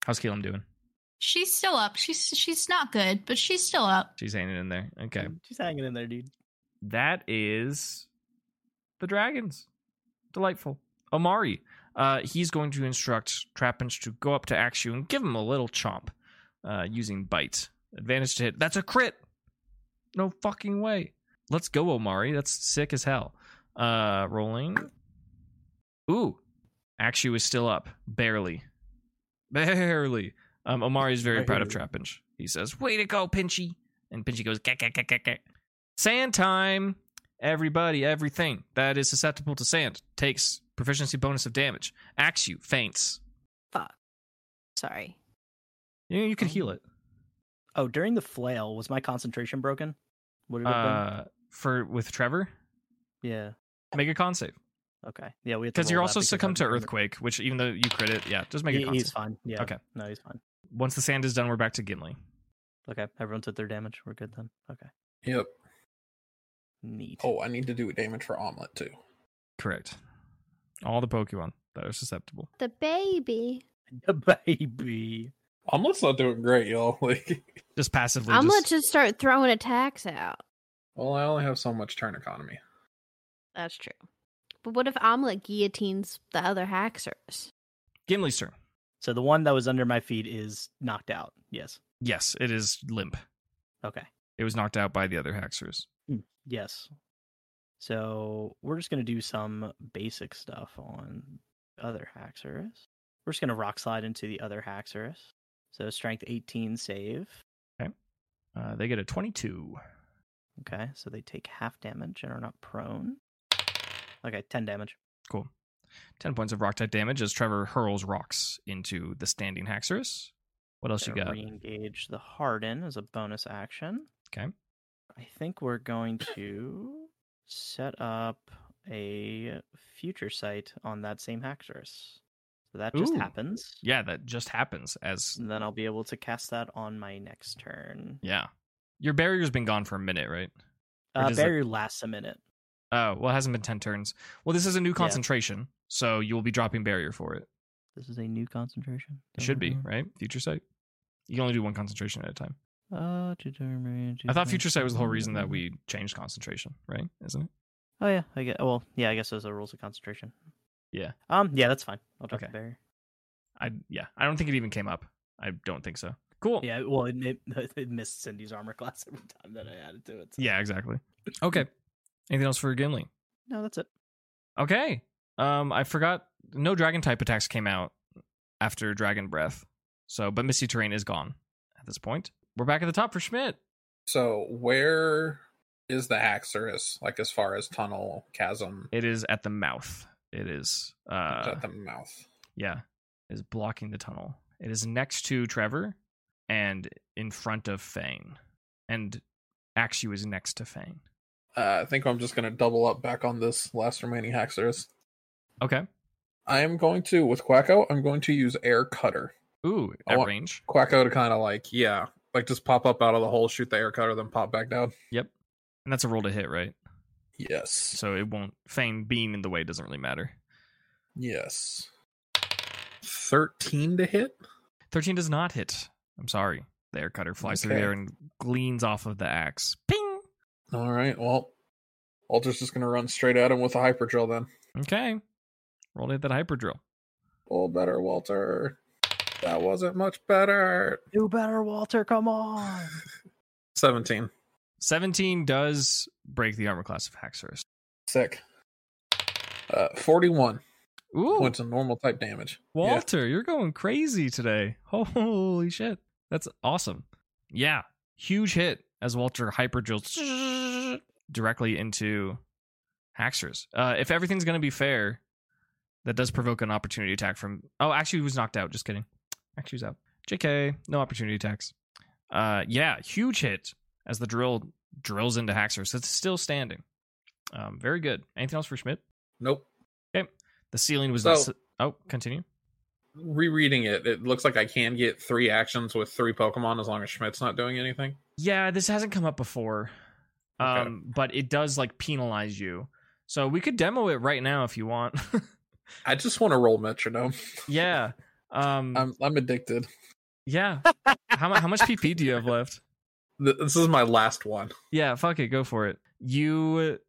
A: how's key lime doing
C: She's still up. She's she's not good, but she's still up.
A: she's hanging in there okay
D: She's hanging in there, dude.
A: that is the dragons. Delightful. Omari. Uh, he's going to instruct Trapinch to go up to Axu and give him a little chomp uh, using bite. Advantage to hit. That's a crit. No fucking way. Let's go, Omari. That's sick as hell. Uh, rolling. Ooh. Axu is still up. Barely. Barely. Um, Omari is very proud of Trapinch. He says, Way to go, Pinchy. And Pinchy goes, "Gek, gek, gek, gek, gek." Sand time. Everybody, everything that is susceptible to sand takes proficiency bonus of damage. Axe you, faints.
E: Fuck. Sorry.
A: You, you could heal it.
D: Oh, during the flail, was my concentration broken? Would it have
A: Uh, for with Trevor,
D: been? Yeah.
A: make a con save
D: Okay. Yeah, we have to
A: because you're
D: roll that
A: also
D: because
A: succumb
D: I'm-
A: to
D: I'm-
A: earthquake, which even though you crit it, yeah, just make
D: He-
A: a con
D: he's
A: save.
D: fine. Yeah.
A: Okay.
D: No, he's fine.
A: Once the sand is done, we're back to Gimli.
D: Okay. Everyone took their damage. We're good then. Okay.
B: Yep.
D: Neat.
B: Oh, I need to do a damage for Omelette too.
A: Correct. All the Pokemon that are susceptible.
E: The baby.
D: The baby.
B: Omelette's not doing great, y'all. Like,
A: Just passively.
E: I'm gonna
A: just-
E: just start throwing attacks out.
B: well, I only have so much turn economy.
E: That's true. But what if omelet guillotines the other haxers?
A: Gimli's turn.
D: So the one that was under my feet is knocked out. Yes.
A: Yes, it is limp.
D: Okay.
A: It was knocked out by the other Haxors.
D: Yes. So we're just gonna do some basic stuff on other Haxorus. We're just gonna rock slide into the other Haxorus. So strength 18 save.
A: Uh, they get a 22.
D: Okay, so they take half damage and are not prone. Okay, 10 damage.
A: Cool. 10 points of rock type damage as Trevor hurls rocks into the standing Haxorus. What else you
D: Gotta
A: got?
D: Re-engage the Harden as a bonus action.
A: Okay.
D: I think we're going to set up a future site on that same Haxorus. So that just
A: Ooh.
D: happens.
A: Yeah, that just happens as
D: And then I'll be able to cast that on my next turn.
A: yeah. Your barrier's been gone for a minute, right? Or
D: Uh,
A: does it-
D: barrier lasts a minute.
A: Oh, well, it hasn't been 10 turns. Well, this is a new concentration, so you will be dropping barrier for it.
D: This is a new concentration.
A: It should be, right? Future sight. You can only do one concentration at a time.
D: Uh, determine,
A: I thought future sight was the whole reason that we changed concentration, right? Isn't it?
D: Oh yeah, I get. Well, yeah, I guess those are rules of concentration.
A: Yeah.
D: Um. Yeah, that's fine. I'll drop
A: Okay.
D: the barrier.
A: I yeah, I don't think it even came up. I don't think so. Cool.
D: Yeah. Well, it, it, it missed Cindy's armor class every time that I added to it. so-
A: Yeah, exactly. Okay. Anything else for Gimli?
D: No, that's it.
A: Okay. Um, I forgot. No dragon type attacks came out after Dragon Breath. So, but Misty Terrain is gone at this point. We're back at the top for Schmidt.
B: So where is the Haxorus? Like as far as tunnel, chasm,
A: It is at the mouth. It is.
B: it's
A: Uh,
B: at the mouth.
A: yeah, is blocking the tunnel. It is next to Trevor and in front of Fane, and Axu is next to Fane.
B: Uh, I think I'm just gonna double up back on this last remaining Haxorus.
A: Okay.
B: I am going to with Quacko. I'm going to use Air Cutter.
A: Ooh,
B: I
A: at
B: want-
A: range.
B: Quacko to kind of like yeah, like just pop up out of the hole, shoot the Air Cutter, then pop back down.
A: And that's a roll to hit, right?
B: Yes,
A: So it won't. Fane being in the way doesn't really matter.
B: yes. Thirteen to hit.
A: 13 does not hit. I'm sorry. The air cutter flies through
B: Okay.
A: there and gleans off of the axe. Ping!
B: All right. Well, Alter's just gonna run straight at him with a hyper drill then.
A: Okay. Roll to hit that hyper drill.
B: Oh, better, Walter. That wasn't much better.
D: Do better, Walter. Come on.
B: Seventeen.
A: 17 does break the armor class of Haxorus.
B: Sick. Uh, forty-one
A: Ooh,
B: points of normal type damage. Yeah.
A: Walter, you're going crazy today. Holy shit. That's awesome. Yeah. Huge hit as Walter hyper drills directly into Haxorus. Uh, if everything's going to be fair, that does provoke an opportunity attack from. Oh, actually, he was knocked out. Just kidding. Actually, he's out. JK, no opportunity attacks. Uh, yeah, huge hit as the drill drills into Haxorus. It's still standing. Um, very good. Anything else for Schmidt?
B: Nope.
A: The ceiling was.
B: So-
A: not s- oh, continue.
B: Rereading it, it looks like I can get three actions with three Pokemon as long as Schmidt's not doing anything.
A: Yeah, this hasn't come up before.
B: Okay.
A: Um, but it does like penalize you. So we could demo it right now if you want.
B: I just want to roll metronome.
A: yeah. Um
B: I'm I'm addicted.
A: yeah. How much how much PP do you have left?
B: Th- This is my last one.
A: Yeah, fuck it, go for it. You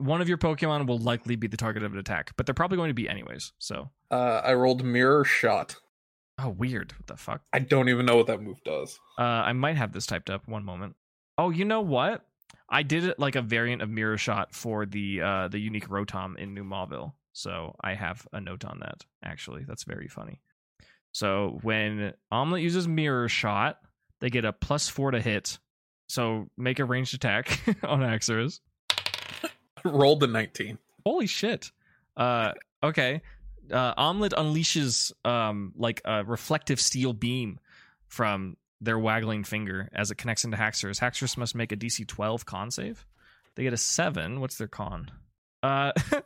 A: one of your Pokemon will likely be the target of an attack, but they're probably going to be anyways. So
B: Uh, I rolled mirror shot.
A: Oh weird. What the fuck?
B: I don't even know what that move does.
A: Uh I might have this typed up. One moment. Oh, you know what? I did it like a variant of mirror shot for the uh the unique Rotom in New Mauville. So I have a note on that, actually. That's very funny. So when Omelette uses mirror shot, they get a plus four to hit. So make a ranged attack on Axorus.
B: rolled the 19.
A: Holy shit. Uh okay. Uh Omelette unleashes um like a reflective steel beam from their waggling finger as it connects into Haxorus. Haxorus must make a DC 12 con save. They get a 7. What's their con? Uh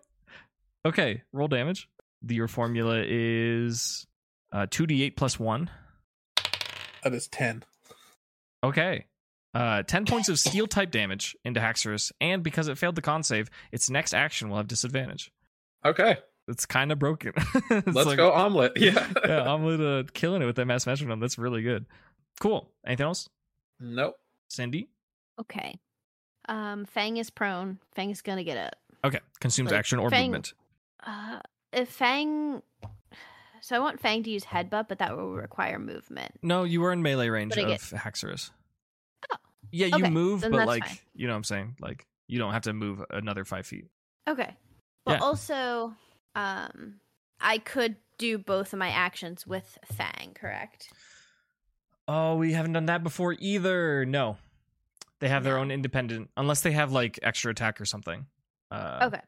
A: Okay, roll damage. The, your formula is uh 2d8 plus 1.
B: That is 10.
A: Okay. Uh, 10 points of steel type damage into Haxorus, and because it failed the con save, its next action will have disadvantage.
B: Okay,
A: it's kind of broken. It's
B: let's
A: like-
B: go omelet. Yeah.
A: yeah, I'm with, uh, killing it with that mass metronome. That's really good. Cool. Anything else,
B: nope.
A: Cindy?
E: Okay. Um, Fang is prone. Fang is gonna get up.
A: Okay, consumes
E: Like,
A: action or
E: Fang-
A: movement.
E: Uh, if Fang, so I want Fang to use headbutt, but that will require movement.
A: No, you were in melee range
E: But I
A: of
E: get-
A: Haxorus.
E: Oh.
A: Yeah, you
E: Okay,
A: move,
E: then
A: but
E: that's
A: like
E: fine.
A: you know, what I'm saying like you don't have to move another five feet.
E: Okay. Well,
A: Yeah.
E: also, um, I could do both of my actions with Fang, correct?
A: Oh, we haven't done that before either. No, they have their
E: No.
A: own independent, unless they have like extra attack or something. Uh,
E: okay.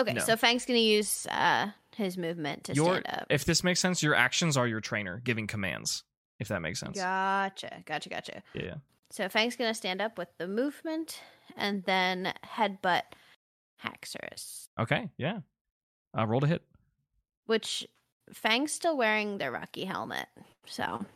E: Okay.
A: no.
E: So Fang's gonna use uh his movement to
A: Your,
E: stand up.
A: if this makes sense, your actions are your trainer giving commands. if that makes sense.
E: Gotcha. Gotcha. Gotcha.
A: Yeah.
E: So Fang's gonna stand up with the movement and then headbutt Haxorus,
A: Okay. Yeah. Uh, roll to hit.
E: which Fang's still wearing the Rocky helmet, so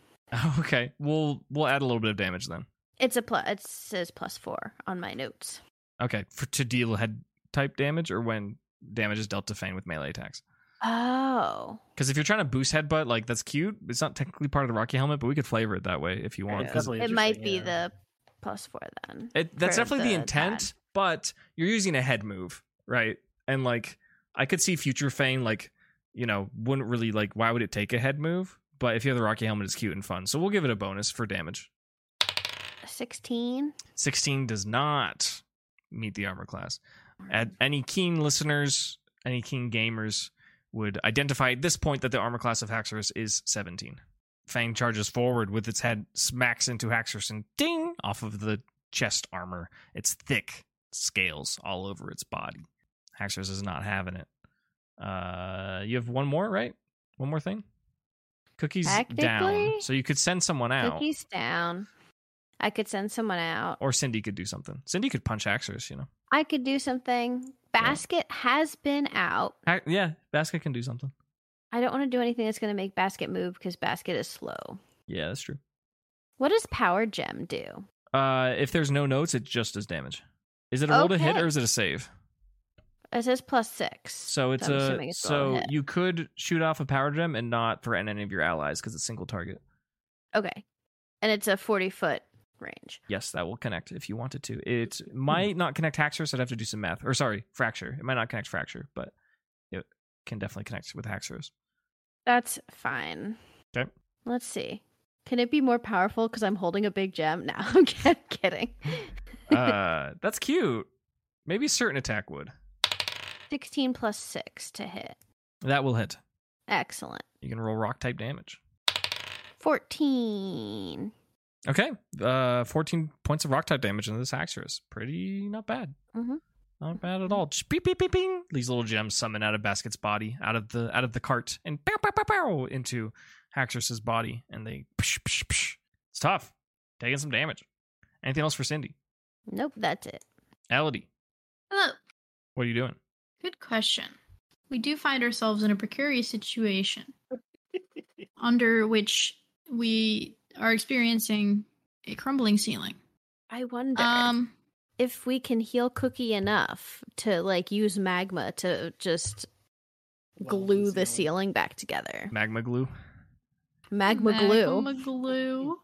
A: Okay. We'll we'll add a little bit of damage then.
E: it's a plus. It says plus four on my notes.
A: Okay. For to deal head type damage or when damage is dealt to Fang with melee attacks.
E: Oh,
A: Because if you're trying to boost headbutt, like that's cute. It's not technically part of the Rocky helmet, but we could flavor it that way if you want.
D: It's
A: 'cause
D: definitely
E: it might be
D: interesting, yeah.
E: the plus four then.
A: uh, It, that's
E: for
A: definitely the,
E: the
A: intent,
E: time.
A: but you're using a head move, right? And like, I could see future Fang like, you know, wouldn't really like. Why would it take a head move? But if you have the Rocky helmet, it's cute and fun. So we'll give it a bonus for damage.
E: Sixteen.
A: 16 does not meet the armor class. At any keen listeners, any keen gamers would identify at this point that the armor class of Haxorus is 17. Fang charges forward with its head, smacks into Haxorus, and ding off of the chest armor. It's thick scales all over its body. Haxorus is not having it. Uh, you have one more, right? One more thing. Cookies down,
E: Technically,
A: so you could send someone out,
E: Cookie's down. I could send someone out.
A: or Cindy could do something. Cindy could punch Haxorus, you know.
E: I could do something. Basket has been out.
A: Ha- yeah, Basket can do something.
E: I don't want to do anything that's going to make Basket move because Basket is slow.
A: Yeah, that's true.
E: What does Power Gem do?
A: Uh, if there's no notes, it just does damage. Is it a roll to hit
E: Okay.
A: or is it a save?
E: It says plus six.
A: So it's
E: I'm
A: a
E: assuming it's a roll to
A: so
E: hit.
A: you could shoot off a power gem and not threaten any of your allies because it's single target.
E: Okay. And it's a 40 foot range.
A: Yes, that will connect if you wanted to. It
E: Hmm.
A: might not connect Haxorus. I'd have to do some math. Or sorry, fracture. It might not connect fracture, but it can definitely connect with Haxorus.
E: That's fine.
A: Okay.
E: Let's see. Can it be more powerful because I'm holding a big gem? No, I'm kid- kidding.
A: uh, that's cute. Maybe certain attack would.
E: 16 plus six to hit.
A: That will hit.
E: Excellent.
A: You can roll rock type damage.
E: 14.
A: Okay. Uh, 14 points of rock type damage into this Haxorus. Pretty not bad.
E: Mhm.
A: Not bad at all. Just beep, beep, beep, bing. These little gems summon out of Basket's body, out of the out of the cart, and pow, pow, pow, pow, into Haxorus's body, and they. Psh, psh, psh. It's tough. Taking some damage. Anything else for Cindy?
E: Nope, that's it.
A: Elodie,
C: Hello.
A: what are you doing?
C: Good question. We do find ourselves in a precarious situation under which we are experiencing a crumbling ceiling.
E: I wonder.
C: Um,
E: if we can heal Cookie enough to like use magma to just
D: Weld
E: glue the ceiling back together.
A: Magma glue.
E: Magma glue.
C: Magma glue.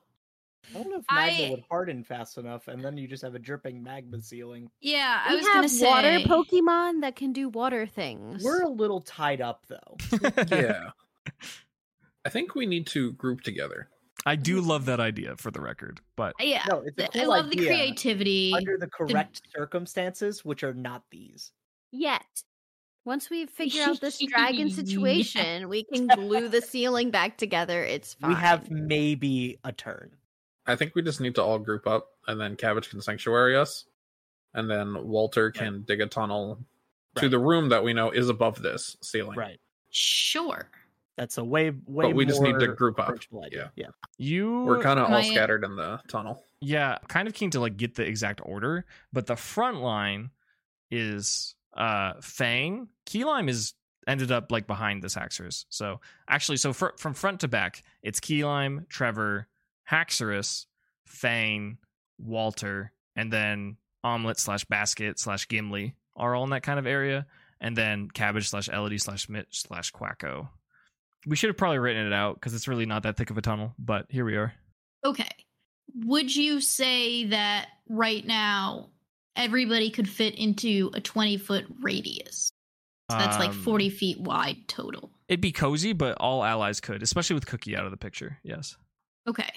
D: I don't know if magma
C: I-
D: would harden fast enough, and then you just have a dripping magma ceiling.
C: Yeah, I
E: We
C: was
E: have
C: gonna say
E: water Pokemon that can do water things.
D: We're a little tied up though.
B: Yeah. I think we need to group together.
A: I do love that idea for the record, but
C: Yeah,
D: No, it's a
C: th-
D: cool
C: I love the
D: idea
C: creativity.
D: under the correct circumstances, which are not these.
E: yet. Once we figure out this dragon situation, we can glue the ceiling back together. It's fine.
D: We have maybe a turn.
B: I think we just need to all group up, and then Cabbage can sanctuary us, and then Walter
D: Yeah.
B: can dig a tunnel to
D: Right.
B: the room that we know is above this ceiling.
D: Right.
C: sure.
D: That's a way way.
B: But we just need to
D: more
B: group up.
D: approachable idea. Yeah.
A: you
B: We're kind of all
C: My-
B: scattered in the tunnel.
A: Yeah, kind of keen to like get the exact order, but the front line is uh Fang. Key Lime is ended up like behind this Haxorus. So actually, so fr- from front to back, it's Key Lime, Trevor, Haxorus, Fang, Walter, and then Omelet slash Basket slash Gimli are all in that kind of area, and then Cabbage slash Elodie slash Mitch slash Quacko. We should have probably written it out because it's really not that thick of a tunnel, but here we are.
C: Okay. Would you say that right now everybody could fit into a 20 foot radius? So that's like
A: Um,
C: 40 feet wide total.
A: It'd be cozy, but all allies could, especially with Cookie out of the picture. Yes,
C: Okay.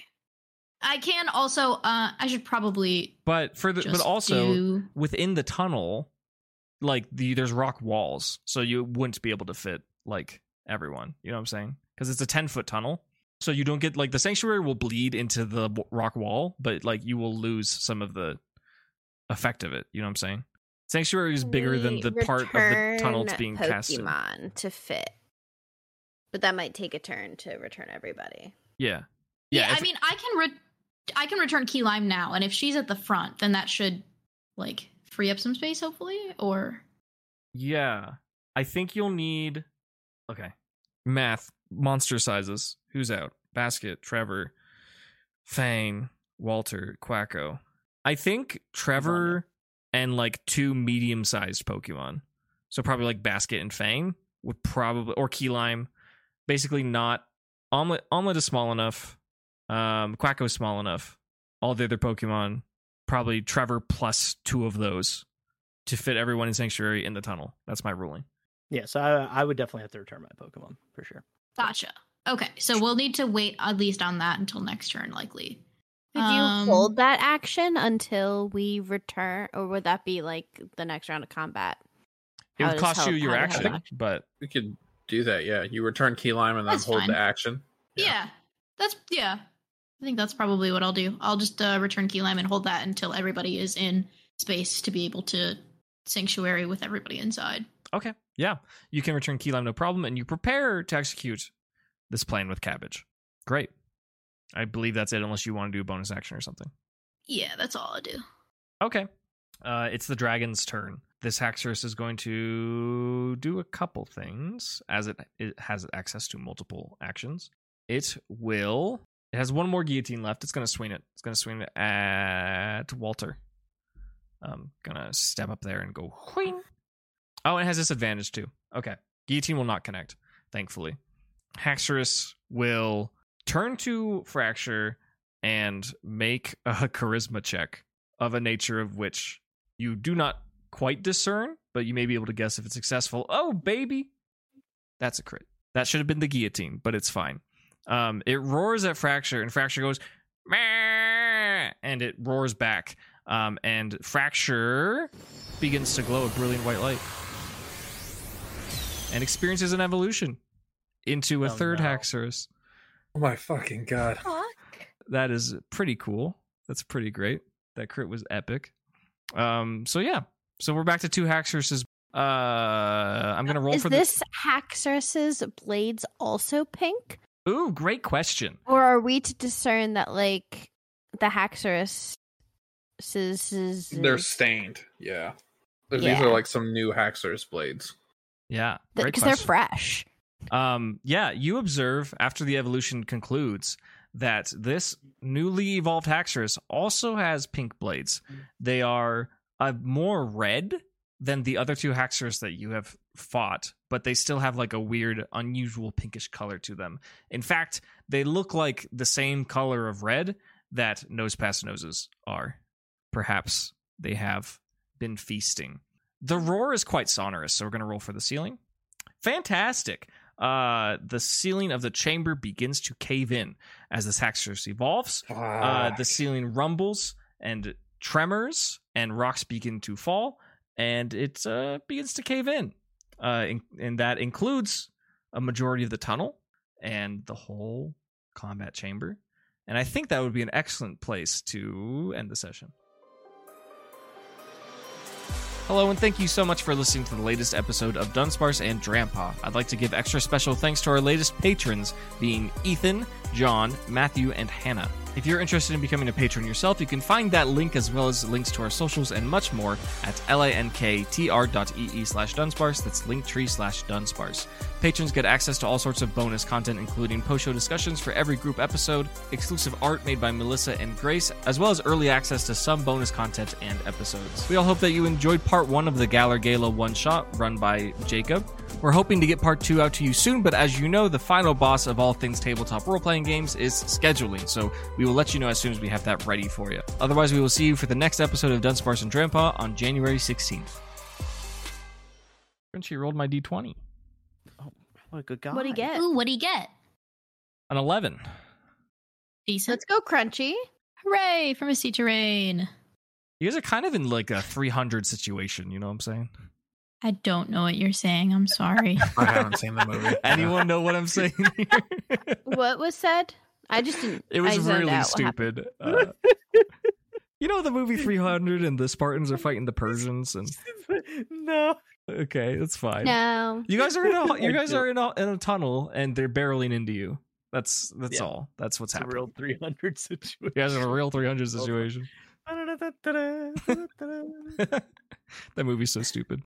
C: I can also, uh, I should probably.
A: but for the,
C: Just
A: but also
C: do-
A: within the tunnel, like the there's rock walls, so you wouldn't be able to fit like everyone. You know what I'm saying? Because it's a ten foot tunnel, so you don't get like the sanctuary will bleed into the w- rock wall, but like you will lose some of the effect of it. You know what I'm saying? Sanctuary is bigger than
E: We
A: the part of the tunnel it's
E: return
A: being casted.
E: Pokemon to fit. But that might take a turn to return everybody.
A: Yeah.
C: Yeah,
F: if-
C: I mean, I can re- I can return key lime now, and if she's at the front, then that should like free up some space, hopefully. Or
A: Yeah. I think you'll need okay. Math, monster sizes. Who's out? Basket, Trevor, Fane, Walter, Quacko. I think Trevor and like two medium sized Pokemon. So probably like Basket and Fang would probably or Key Lime. Basically not Omelet Omelet is small enough. Um Quacko is small enough. All the other Pokemon, probably Trevor plus two of those to fit everyone in Sanctuary in the tunnel. That's my ruling.
D: Yeah, so I, I would definitely have to return my Pokemon for sure.
C: gotcha. Okay, so we'll need to wait at least on that until next turn, likely.
E: Could you
C: Um,
E: hold that action until we return, or would that be like the next round of combat?
A: It
E: How
A: would
E: does
A: cost
E: hel-
A: you your
E: how does
A: action,
E: help?
A: but
B: We could do that, yeah. You return key lime and then
C: That's
B: hold
C: fine.
B: the action.
C: Yeah. that's yeah. I think that's probably what I'll do. I'll just uh, return key lime and hold that until everybody is in space to be able to sanctuary with everybody inside.
A: okay, yeah, you can return key lime no problem, and you prepare to execute this plan with cabbage. Great. I believe that's it, unless you want to do a bonus action or something.
C: Yeah, that's all I do.
A: Okay. Uh, it's the dragon's turn. This Haxorus is going to do a couple things as it, it has access to multiple actions. It will. It has one more guillotine left. It's going to swing it. It's going to swing it at Walter. I'm going to step up there and go whing. Oh, it has disadvantage too. Okay. Guillotine will not connect, thankfully. Haxorus will turn to Fracture and make a charisma check of a nature of which you do not quite discern, but you may be able to guess if it's successful. Oh, baby. That's a crit. That should have been the guillotine, but it's fine. Um, it roars at Fracture, and Fracture goes, "Meh," and it roars back. Um, and Fracture begins to glow a brilliant white light and experiences an evolution into a
D: Oh,
A: third
D: no.
A: Haxorus.
B: Oh my fucking god.
A: That is pretty cool. That's pretty great. That crit was epic. Um, so yeah. So we're back to two Haxorus's. Uh, I'm gonna roll
E: Is
A: for
E: this Haxorus's blades also pink,
A: the. Ooh, great question.
E: or are we to discern that like the Haxorus is
B: They're stained. Yeah. These
E: Yeah.
B: are like some new Haxorus blades.
A: Yeah, great
E: because they're
A: question.
E: fresh?
A: Um, yeah, you observe after the evolution concludes that this newly evolved Haxorus also has pink blades. They are uh, more red than the other two Haxorus that you have fought, but they still have like a weird, unusual pinkish color to them. In fact, they look like the same color of red that nose past noses are. Perhaps they have been feasting. The roar is quite sonorous, so we're going to roll for the ceiling. Fantastic. Uh, the ceiling of the chamber begins to cave in as this Haxorus evolves.
B: Ah.
A: Uh, the ceiling rumbles and tremors, and rocks begin to fall, and it uh, begins to cave in. Uh, in- and that includes a majority of the tunnel and the whole combat chamber. And I think that would be an excellent place to end the session. Hello, and thank you so much for listening to the latest episode of Dunsparce and Drampa. I'd like to give extra special thanks to our latest patrons, being Ethan, John, Matthew, and Hannah. If you're interested in becoming a patron yourself, you can find that link as well as links to our socials and much more at lanktr.ee slash dunsparce. That's linktree slash dunsparce. Patrons get access to all sorts of bonus content, including post show discussions for every group episode, exclusive art made by Melissa and Grace, as well as early access to some bonus content and episodes. We all hope that you enjoyed part one of the Galar Gala one shot run by Jacob. We're hoping to get part two out to you soon, but as you know, the final boss of all things tabletop role playing games is scheduling, so we will let you know as soon as we have that ready for you. Otherwise, we will see you for the next episode of Dunsparce and Grandpa on January 16th. Crunchy rolled my d20.
D: What a good guy.
E: What do you get?
C: Ooh, what do you get?
A: An 11.
C: Decent.
E: Let's go, Crunchy.
C: Hooray from a sea terrain.
A: You guys are kind of in like a 300 situation, you know what I'm saying?
C: I don't know what you're saying. I'm sorry.
B: I haven't seen the movie.
A: Anyone know what I'm saying here?
E: What was said? I just didn't.
A: it was
E: I zoned
A: really
E: out. What happened?
A: stupid. Uh, you know the movie 300 and the Spartans are fighting the Persians and
D: no.
A: okay, that's fine.
E: No.
A: You guys are in a you
D: I
A: guys
D: don't-
A: are in a, in a tunnel and they're barreling into you. That's that's
D: Yeah.
A: all. That's what's
D: It's a
A: happening.
D: real 300 situation.
A: You guys are a real 300
D: Well,
A: situation. that movie's so stupid.